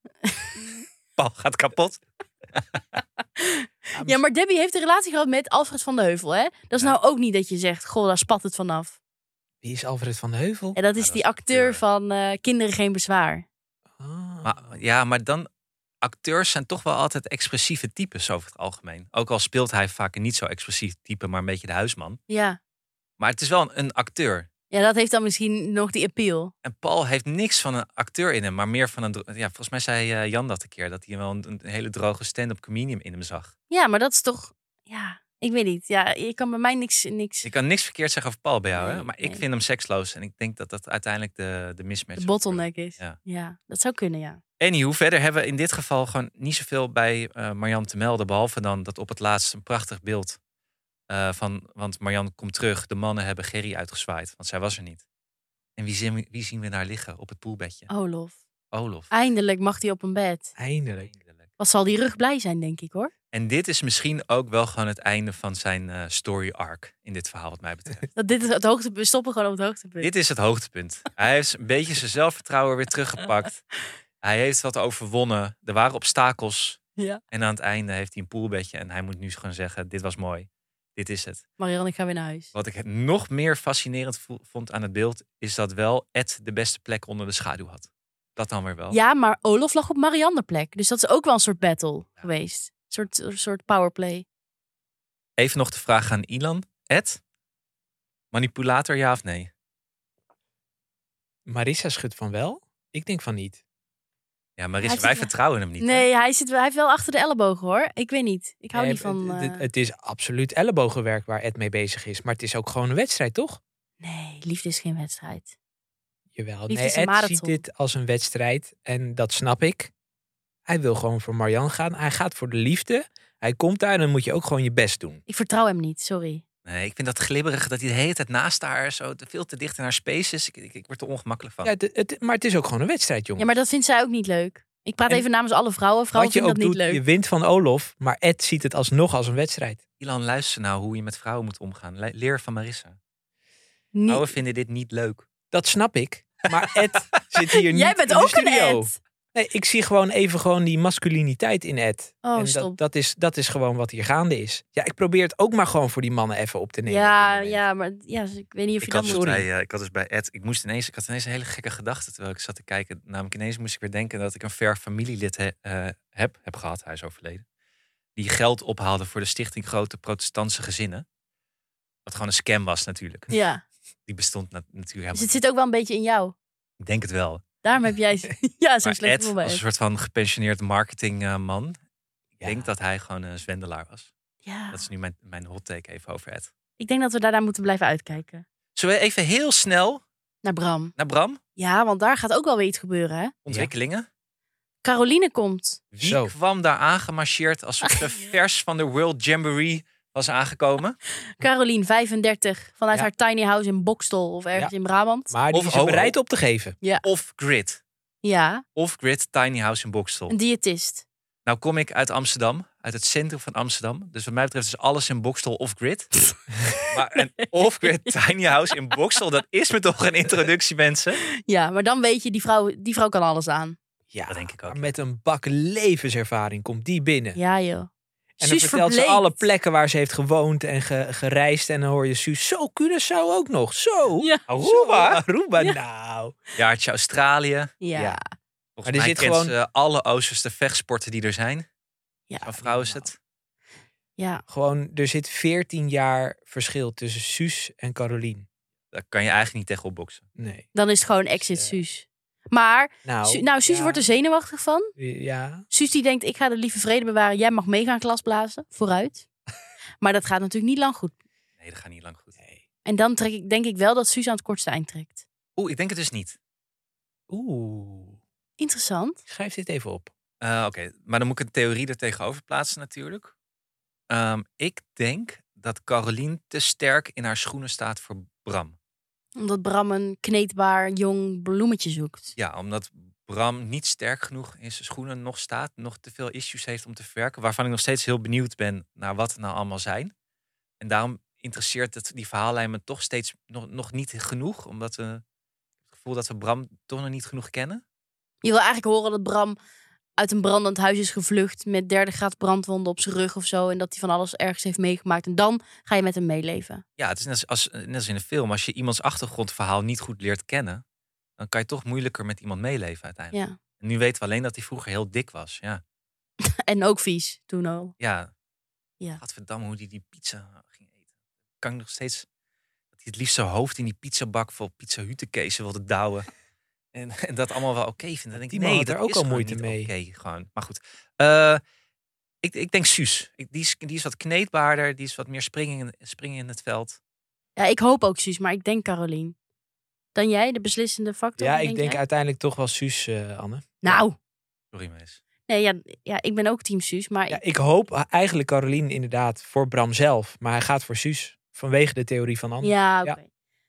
Speaker 4: Paul gaat kapot.
Speaker 2: Ja, maar Debbie heeft een relatie gehad met Alfred van de Heuvel, hè? Dat is
Speaker 4: Ja.
Speaker 2: nou ook niet dat je zegt, goh, daar spat het vanaf.
Speaker 3: Wie is Alfred van de Heuvel?
Speaker 2: En dat is
Speaker 4: dat
Speaker 2: die
Speaker 4: is
Speaker 2: acteur
Speaker 4: acteur.
Speaker 2: van eh, Kinderen Geen Bezwaar.
Speaker 3: Ah.
Speaker 4: Maar, ja, maar dan... Acteurs zijn toch wel altijd expressieve types over het algemeen. Ook al speelt hij vaak een niet zo expressief type, maar een beetje de huisman.
Speaker 2: Ja.
Speaker 4: Maar het is wel een- een acteur.
Speaker 2: ja, dat heeft dan misschien nog die appeal.
Speaker 4: En Paul heeft niks van een acteur in hem, maar meer van een. dro- Ja, volgens mij zei eh, Jan dat een keer, dat hij wel een, een hele droge stand-up comedian in hem zag.
Speaker 2: Ja, maar dat is toch... Ja, ik weet niet. Ja, je kan bij mij niks... niks
Speaker 4: Ik kan niks verkeerd zeggen over Paul bij jou, hè?
Speaker 2: Nee,
Speaker 4: maar ik
Speaker 2: nee.
Speaker 4: vind hem seksloos en ik denk dat dat uiteindelijk de, de mismatch
Speaker 2: de
Speaker 4: is.
Speaker 2: bottleneck is. Ja.
Speaker 4: Ja.
Speaker 2: dat zou kunnen, ja.
Speaker 4: Anywho, verder hebben we in dit geval gewoon niet zoveel bij eh Marjan te melden, behalve dan dat op het laatst een prachtig beeld eh, van, want Marjan komt terug, de mannen hebben Gerry uitgezwaaid, want zij was er niet. En wie zien, we- wie zien we daar liggen op het poolbedje?
Speaker 2: Olof.
Speaker 4: Olof.
Speaker 2: Oh, Eindelijk mag hij op een bed.
Speaker 3: Eindelijk.
Speaker 2: Wat zal die rug blij zijn, denk ik, hoor.
Speaker 4: En dit is misschien ook wel gewoon het einde van zijn eh, story arc in dit verhaal, wat mij betreft.
Speaker 2: Dat dit is het hoogtepunt. We stoppen gewoon op het hoogtepunt.
Speaker 4: dit is het hoogtepunt. Hij heeft een beetje zijn zelfvertrouwen weer teruggepakt. Hij heeft wat overwonnen. Er waren obstakels.
Speaker 2: Ja.
Speaker 4: En aan het einde heeft hij een poolbedje. En hij moet nu gewoon zeggen: Dit was mooi. dit is het.
Speaker 2: Marianne, ik ga weer naar huis.
Speaker 4: Wat ik het nog meer fascinerend vo- vond aan het beeld, is dat wel Ed de beste plek onder de schaduw had. Dat dan weer
Speaker 3: Oh.
Speaker 4: wel.
Speaker 2: Ja, maar Olaf lag op Marianne plek. Dus dat is ook wel een soort battle geweest. Een soort, een soort powerplay.
Speaker 4: Even nog de vraag aan Ilan. Ed, manipulator ja of nee?
Speaker 3: Marissa schudt van wel. Ik denk van niet.
Speaker 4: Ja, maar
Speaker 2: Hij zit-
Speaker 4: wij vertrouwen hem niet. hè?
Speaker 2: Nee, hij, zit, hij heeft wel achter de ellebogen hoor. Ik weet niet. Ik hou
Speaker 3: Nee,
Speaker 2: niet van...
Speaker 3: het, het-
Speaker 2: eh,
Speaker 3: het is absoluut ellebogenwerk waar Ed mee bezig is. Maar het is ook gewoon een wedstrijd, toch?
Speaker 2: Nee, liefde is geen wedstrijd.
Speaker 3: Jawel.
Speaker 2: Liefde
Speaker 3: Nee,
Speaker 2: is een
Speaker 3: Ed ziet
Speaker 2: marathon.
Speaker 3: dit als een wedstrijd. En dat snap ik. Hij wil gewoon voor Marianne gaan. Hij gaat voor de liefde. Hij komt daar en dan moet je ook gewoon je best doen.
Speaker 2: Ik vertrouw hem niet, sorry.
Speaker 4: Nee, ik vind dat glibberig dat hij de hele tijd naast haar zo te- veel te dicht in haar space is. Ik, ik, ik word er ongemakkelijk van.
Speaker 3: Ja, het, het- maar het is ook gewoon een wedstrijd, jongen.
Speaker 2: Ja, maar dat vindt zij ook niet leuk. Ik praat
Speaker 3: En-
Speaker 2: even namens alle vrouwen. Vrouwen
Speaker 3: Wat je
Speaker 2: vinden
Speaker 3: ook
Speaker 2: dat niet
Speaker 3: doet,
Speaker 2: leuk.
Speaker 3: je wint van Olof. Maar Ed ziet het alsnog als een wedstrijd.
Speaker 4: Ilan, luister nou hoe je met vrouwen moet omgaan. Le- Leer van Marissa.
Speaker 2: Niet-
Speaker 4: Vrouwen vinden dit niet leuk.
Speaker 3: Dat snap ik. Maar Ed zit hier niet
Speaker 2: Jij bent
Speaker 3: in de
Speaker 2: ook een
Speaker 3: studio.
Speaker 2: Ed.
Speaker 3: Nee, ik zie gewoon even gewoon die masculiniteit in Ed.
Speaker 2: Oh,
Speaker 3: en
Speaker 2: stop.
Speaker 3: dat, dat, is, dat is gewoon wat hier gaande is. Ja, ik probeer het ook maar gewoon voor die mannen even op te nemen. op
Speaker 2: ja,
Speaker 3: dit moment.
Speaker 2: ja, maar ja, ik weet niet of je
Speaker 4: Ik
Speaker 2: dat
Speaker 4: had, dus
Speaker 2: moet
Speaker 3: sorry.
Speaker 4: bij, eh, ik had dus bij Ed, ik, moest ineens, ik had ineens een hele gekke gedachte terwijl ik zat te kijken. Namelijk ineens moest ik weer denken dat ik een ver familielid he- eh, heb, heb gehad, hij is overleden. Die geld ophaalde voor de Stichting Grote Protestantse Gezinnen. Wat gewoon een scam was natuurlijk.
Speaker 2: Ja,
Speaker 4: Die bestond nat- natuurlijk helemaal
Speaker 2: dus het
Speaker 4: niet.
Speaker 2: zit ook wel een beetje in jou.
Speaker 4: Ik denk het wel.
Speaker 2: Daarom heb jij ja, zo'n
Speaker 4: Maar
Speaker 2: slecht
Speaker 4: Ed
Speaker 2: gevoel
Speaker 4: was
Speaker 2: bij
Speaker 4: een
Speaker 2: Ed.
Speaker 4: soort van gepensioneerd marketingman. ik
Speaker 3: Ja.
Speaker 4: denk dat hij gewoon een zwendelaar was.
Speaker 2: Ja.
Speaker 4: Dat is nu mijn, mijn hot take even over Ed.
Speaker 2: Ik denk dat we daarna moeten blijven uitkijken.
Speaker 4: Zullen we even heel snel
Speaker 2: Naar Bram.
Speaker 4: naar Bram?
Speaker 2: Ja, want daar gaat ook wel weer iets gebeuren, hè?
Speaker 4: Ontwikkelingen.
Speaker 2: Caroline komt.
Speaker 4: Wie
Speaker 3: Zo.
Speaker 4: kwam daar aangemarcheerd alsof ze vers van de World Jamboree was aangekomen?
Speaker 2: Caroline, 35, vanuit
Speaker 3: Ja.
Speaker 2: haar tiny house in Bokstel of ergens in Brabant.
Speaker 3: Maar die
Speaker 4: Of
Speaker 3: is er
Speaker 4: ho, ho.
Speaker 3: bereid op te geven.
Speaker 4: Of grid.
Speaker 2: Ja,
Speaker 4: Of grid Tiny House in Bokstel.
Speaker 2: een diëtist.
Speaker 4: Nou kom ik uit Amsterdam, uit het centrum van Amsterdam. Dus wat mij betreft is alles in Bokstel off grid. maar een off grid Tiny House in Bokstel, dat is me toch een introductie, mensen?
Speaker 2: Ja, maar dan weet je, die vrouw, die vrouw kan alles aan.
Speaker 3: Ja,
Speaker 4: Dat denk ik ook,
Speaker 3: maar
Speaker 4: ja.
Speaker 3: Met een bak levenservaring komt die binnen.
Speaker 2: Ja, joh.
Speaker 3: en dan
Speaker 2: Suus
Speaker 3: vertelt
Speaker 2: verbleekt.
Speaker 3: ze alle plekken waar ze heeft gewoond en ge- gereisd. En dan hoor je Suus, zo Curaçao ook nog. Zo.
Speaker 2: Ja.
Speaker 3: Aruba. Aruba,
Speaker 2: Ja.
Speaker 3: nou.
Speaker 4: Jaartje Australië.
Speaker 2: Ja.
Speaker 3: Ja.
Speaker 4: Volgens
Speaker 3: Maar er
Speaker 4: mij
Speaker 3: zit
Speaker 4: kent
Speaker 3: gewoon-
Speaker 4: ze alle Oosterse vechtsporten die er zijn.
Speaker 2: Ja.
Speaker 4: Zo'n vrouw is het.
Speaker 2: Ja.
Speaker 3: Gewoon, er zit 14 jaar verschil tussen Suus en Caroline.
Speaker 4: Daar kan je eigenlijk niet tegen opboksen.
Speaker 3: Nee.
Speaker 2: dan is het gewoon exit
Speaker 3: eh,
Speaker 2: Suus. Maar,
Speaker 3: Nou,
Speaker 2: Su- nou, Suus
Speaker 3: ja.
Speaker 2: wordt er zenuwachtig van.
Speaker 3: Ja,
Speaker 2: Suus die denkt, ik ga de lieve vrede bewaren. Jij mag mee gaan glasblazen, vooruit. maar dat gaat natuurlijk niet lang goed.
Speaker 4: Nee, dat gaat niet lang goed.
Speaker 2: En dan trek ik, denk ik wel dat Suus aan het kortste eind trekt.
Speaker 4: Oeh, ik denk het dus niet.
Speaker 3: Oeh.
Speaker 2: Interessant.
Speaker 3: Ik Schrijf dit even op.
Speaker 4: Eh, Oké, maar dan moet ik een theorie er tegenover plaatsen natuurlijk. Ehm, ik denk dat Caroline te sterk in haar schoenen staat voor Bram.
Speaker 2: Omdat Bram een kneedbaar jong bloemetje zoekt.
Speaker 4: Ja, omdat Bram niet sterk genoeg in zijn schoenen nog staat. Nog te veel issues heeft om te verwerken. Waarvan ik nog steeds heel benieuwd ben naar wat het nou allemaal zijn. En daarom interesseert het, die verhaallijn me toch steeds nog, nog niet genoeg. Omdat we het gevoel dat we Bram toch nog niet genoeg kennen.
Speaker 2: Je wil eigenlijk horen dat Bram uit een brandend huis is gevlucht met derde graad brandwonden op zijn rug of zo. En dat hij van alles ergens heeft meegemaakt. En dan ga je met hem meeleven.
Speaker 4: Ja, het is net als, als- net als in een film. Als je iemands achtergrondverhaal niet goed leert kennen. Dan kan je toch moeilijker met iemand meeleven uiteindelijk.
Speaker 2: Ja.
Speaker 4: En nu weten we alleen dat hij vroeger heel dik was. Ja,
Speaker 2: En ook vies toen al.
Speaker 4: ja.
Speaker 2: Ja.
Speaker 4: Gadverdamme hoe hij die pizza ging eten. Kan ik nog steeds... Dat hij het liefst zijn hoofd in die pizzabak voor pizza hutekezen wilde douwen. En, en dat allemaal wel oké vinden. Dan denk ik,
Speaker 3: Die man
Speaker 4: nee,
Speaker 3: had
Speaker 4: dat
Speaker 3: er ook
Speaker 4: is
Speaker 3: al
Speaker 4: gewoon
Speaker 3: moeite
Speaker 4: niet
Speaker 3: mee.
Speaker 4: Oké, gewoon. Maar goed. Eh, ik, ik denk Suus. Ik- die, is, die is wat kneedbaarder. Die is wat meer springen, in- springen in het veld.
Speaker 2: Ja, ik hoop ook Suus, maar ik denk Carolien. Dan jij, de beslissende factor?
Speaker 3: ja,
Speaker 2: Wat
Speaker 3: ik denk
Speaker 2: jij?
Speaker 3: uiteindelijk toch wel Suus, eh, Anne.
Speaker 2: Nou,
Speaker 4: Sorry, mees.
Speaker 2: nee, ja, ja, ik ben ook team Suus, maar
Speaker 3: Ja, ik hoop eigenlijk Caroline inderdaad voor Bram zelf. Maar hij gaat voor Suus. Vanwege de theorie van Anne.
Speaker 2: Ja, oké.
Speaker 3: Ja.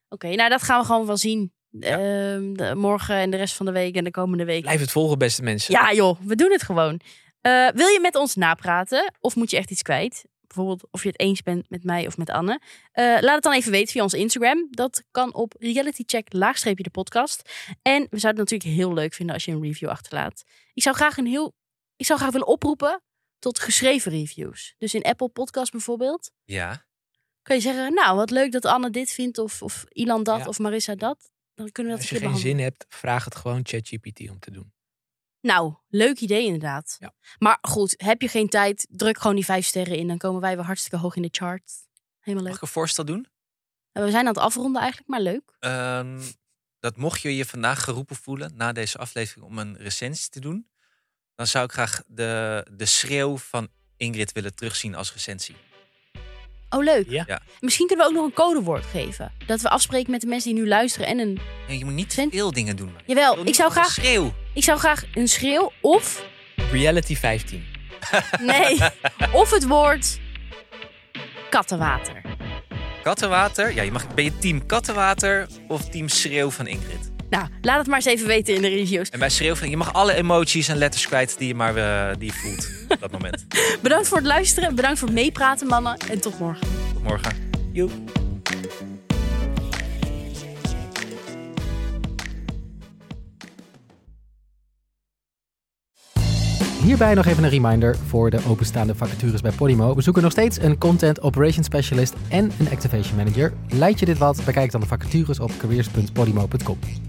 Speaker 2: Oké, nou dat gaan we gewoon wel zien. Ehm, de- morgen en de rest van de week en de komende week.
Speaker 3: Blijf het volgen, beste mensen.
Speaker 2: Ja joh, we doen het gewoon. Eh, wil je met ons napraten of moet je echt iets kwijt? Bijvoorbeeld of je het eens bent met mij of met Anne. Eh, laat het dan even weten via ons Instagram. Dat kan op realitycheck laagstreepje de podcast. En we zouden het natuurlijk heel leuk vinden als je een review achterlaat. Ik zou graag een heel... Ik zou graag willen oproepen tot geschreven reviews. Dus in Apple Podcast bijvoorbeeld.
Speaker 4: Ja.
Speaker 2: Kun je zeggen, nou, wat leuk dat Anne dit vindt, of, of Ilan dat,
Speaker 3: Ja.
Speaker 2: of Marissa dat. Dan kunnen we dat
Speaker 3: Als je
Speaker 2: een keer
Speaker 3: geen
Speaker 2: behandelen.
Speaker 3: zin hebt, vraag het gewoon ChatGPT om te doen.
Speaker 2: Nou, leuk idee inderdaad.
Speaker 3: Ja.
Speaker 2: Maar goed, heb je geen tijd, druk gewoon die vijf sterren in. Dan komen wij weer hartstikke hoog in de chart. Helemaal
Speaker 4: Mag
Speaker 2: leuk.
Speaker 4: ik een voorstel doen?
Speaker 2: We zijn aan het afronden eigenlijk, maar leuk.
Speaker 4: Ehm, dat mocht je je vandaag geroepen voelen na deze aflevering om een recensie te doen, dan zou ik graag de, de schreeuw van Ingrid willen terugzien als recensie.
Speaker 2: Oh, leuk.
Speaker 3: Ja.
Speaker 4: Ja.
Speaker 2: Misschien kunnen we ook nog een codewoord geven. Dat we afspreken met de mensen die nu luisteren en een...
Speaker 4: Nee, je moet niet
Speaker 2: Zijn-
Speaker 4: veel dingen doen. Marie.
Speaker 2: Jawel,
Speaker 4: wil
Speaker 2: ik
Speaker 4: niet
Speaker 2: zou
Speaker 4: altijd
Speaker 2: graag,
Speaker 4: Schreeuw.
Speaker 2: ik zou graag een schreeuw of...
Speaker 3: Reality 15.
Speaker 2: Nee, of het woord... Kattenwater.
Speaker 4: Kattenwater? Ja, je mag, ben je team kattenwater of team schreeuw van Ingrid?
Speaker 2: Nou, laat het maar eens even weten in de reviews.
Speaker 4: En bij schreeuw van je mag alle emoties en letters kwijt die je maar eh, die je voelt op dat moment.
Speaker 2: Bedankt voor het luisteren. Bedankt voor het meepraten, mannen. En tot morgen.
Speaker 4: Tot morgen.
Speaker 3: Joep.
Speaker 1: Hierbij nog even een reminder voor de openstaande vacatures bij Podimo. We zoeken nog steeds een Content Operations Specialist en een Activation Manager. Leid je dit wat? Bekijk dan de vacatures op careers.podimo.com.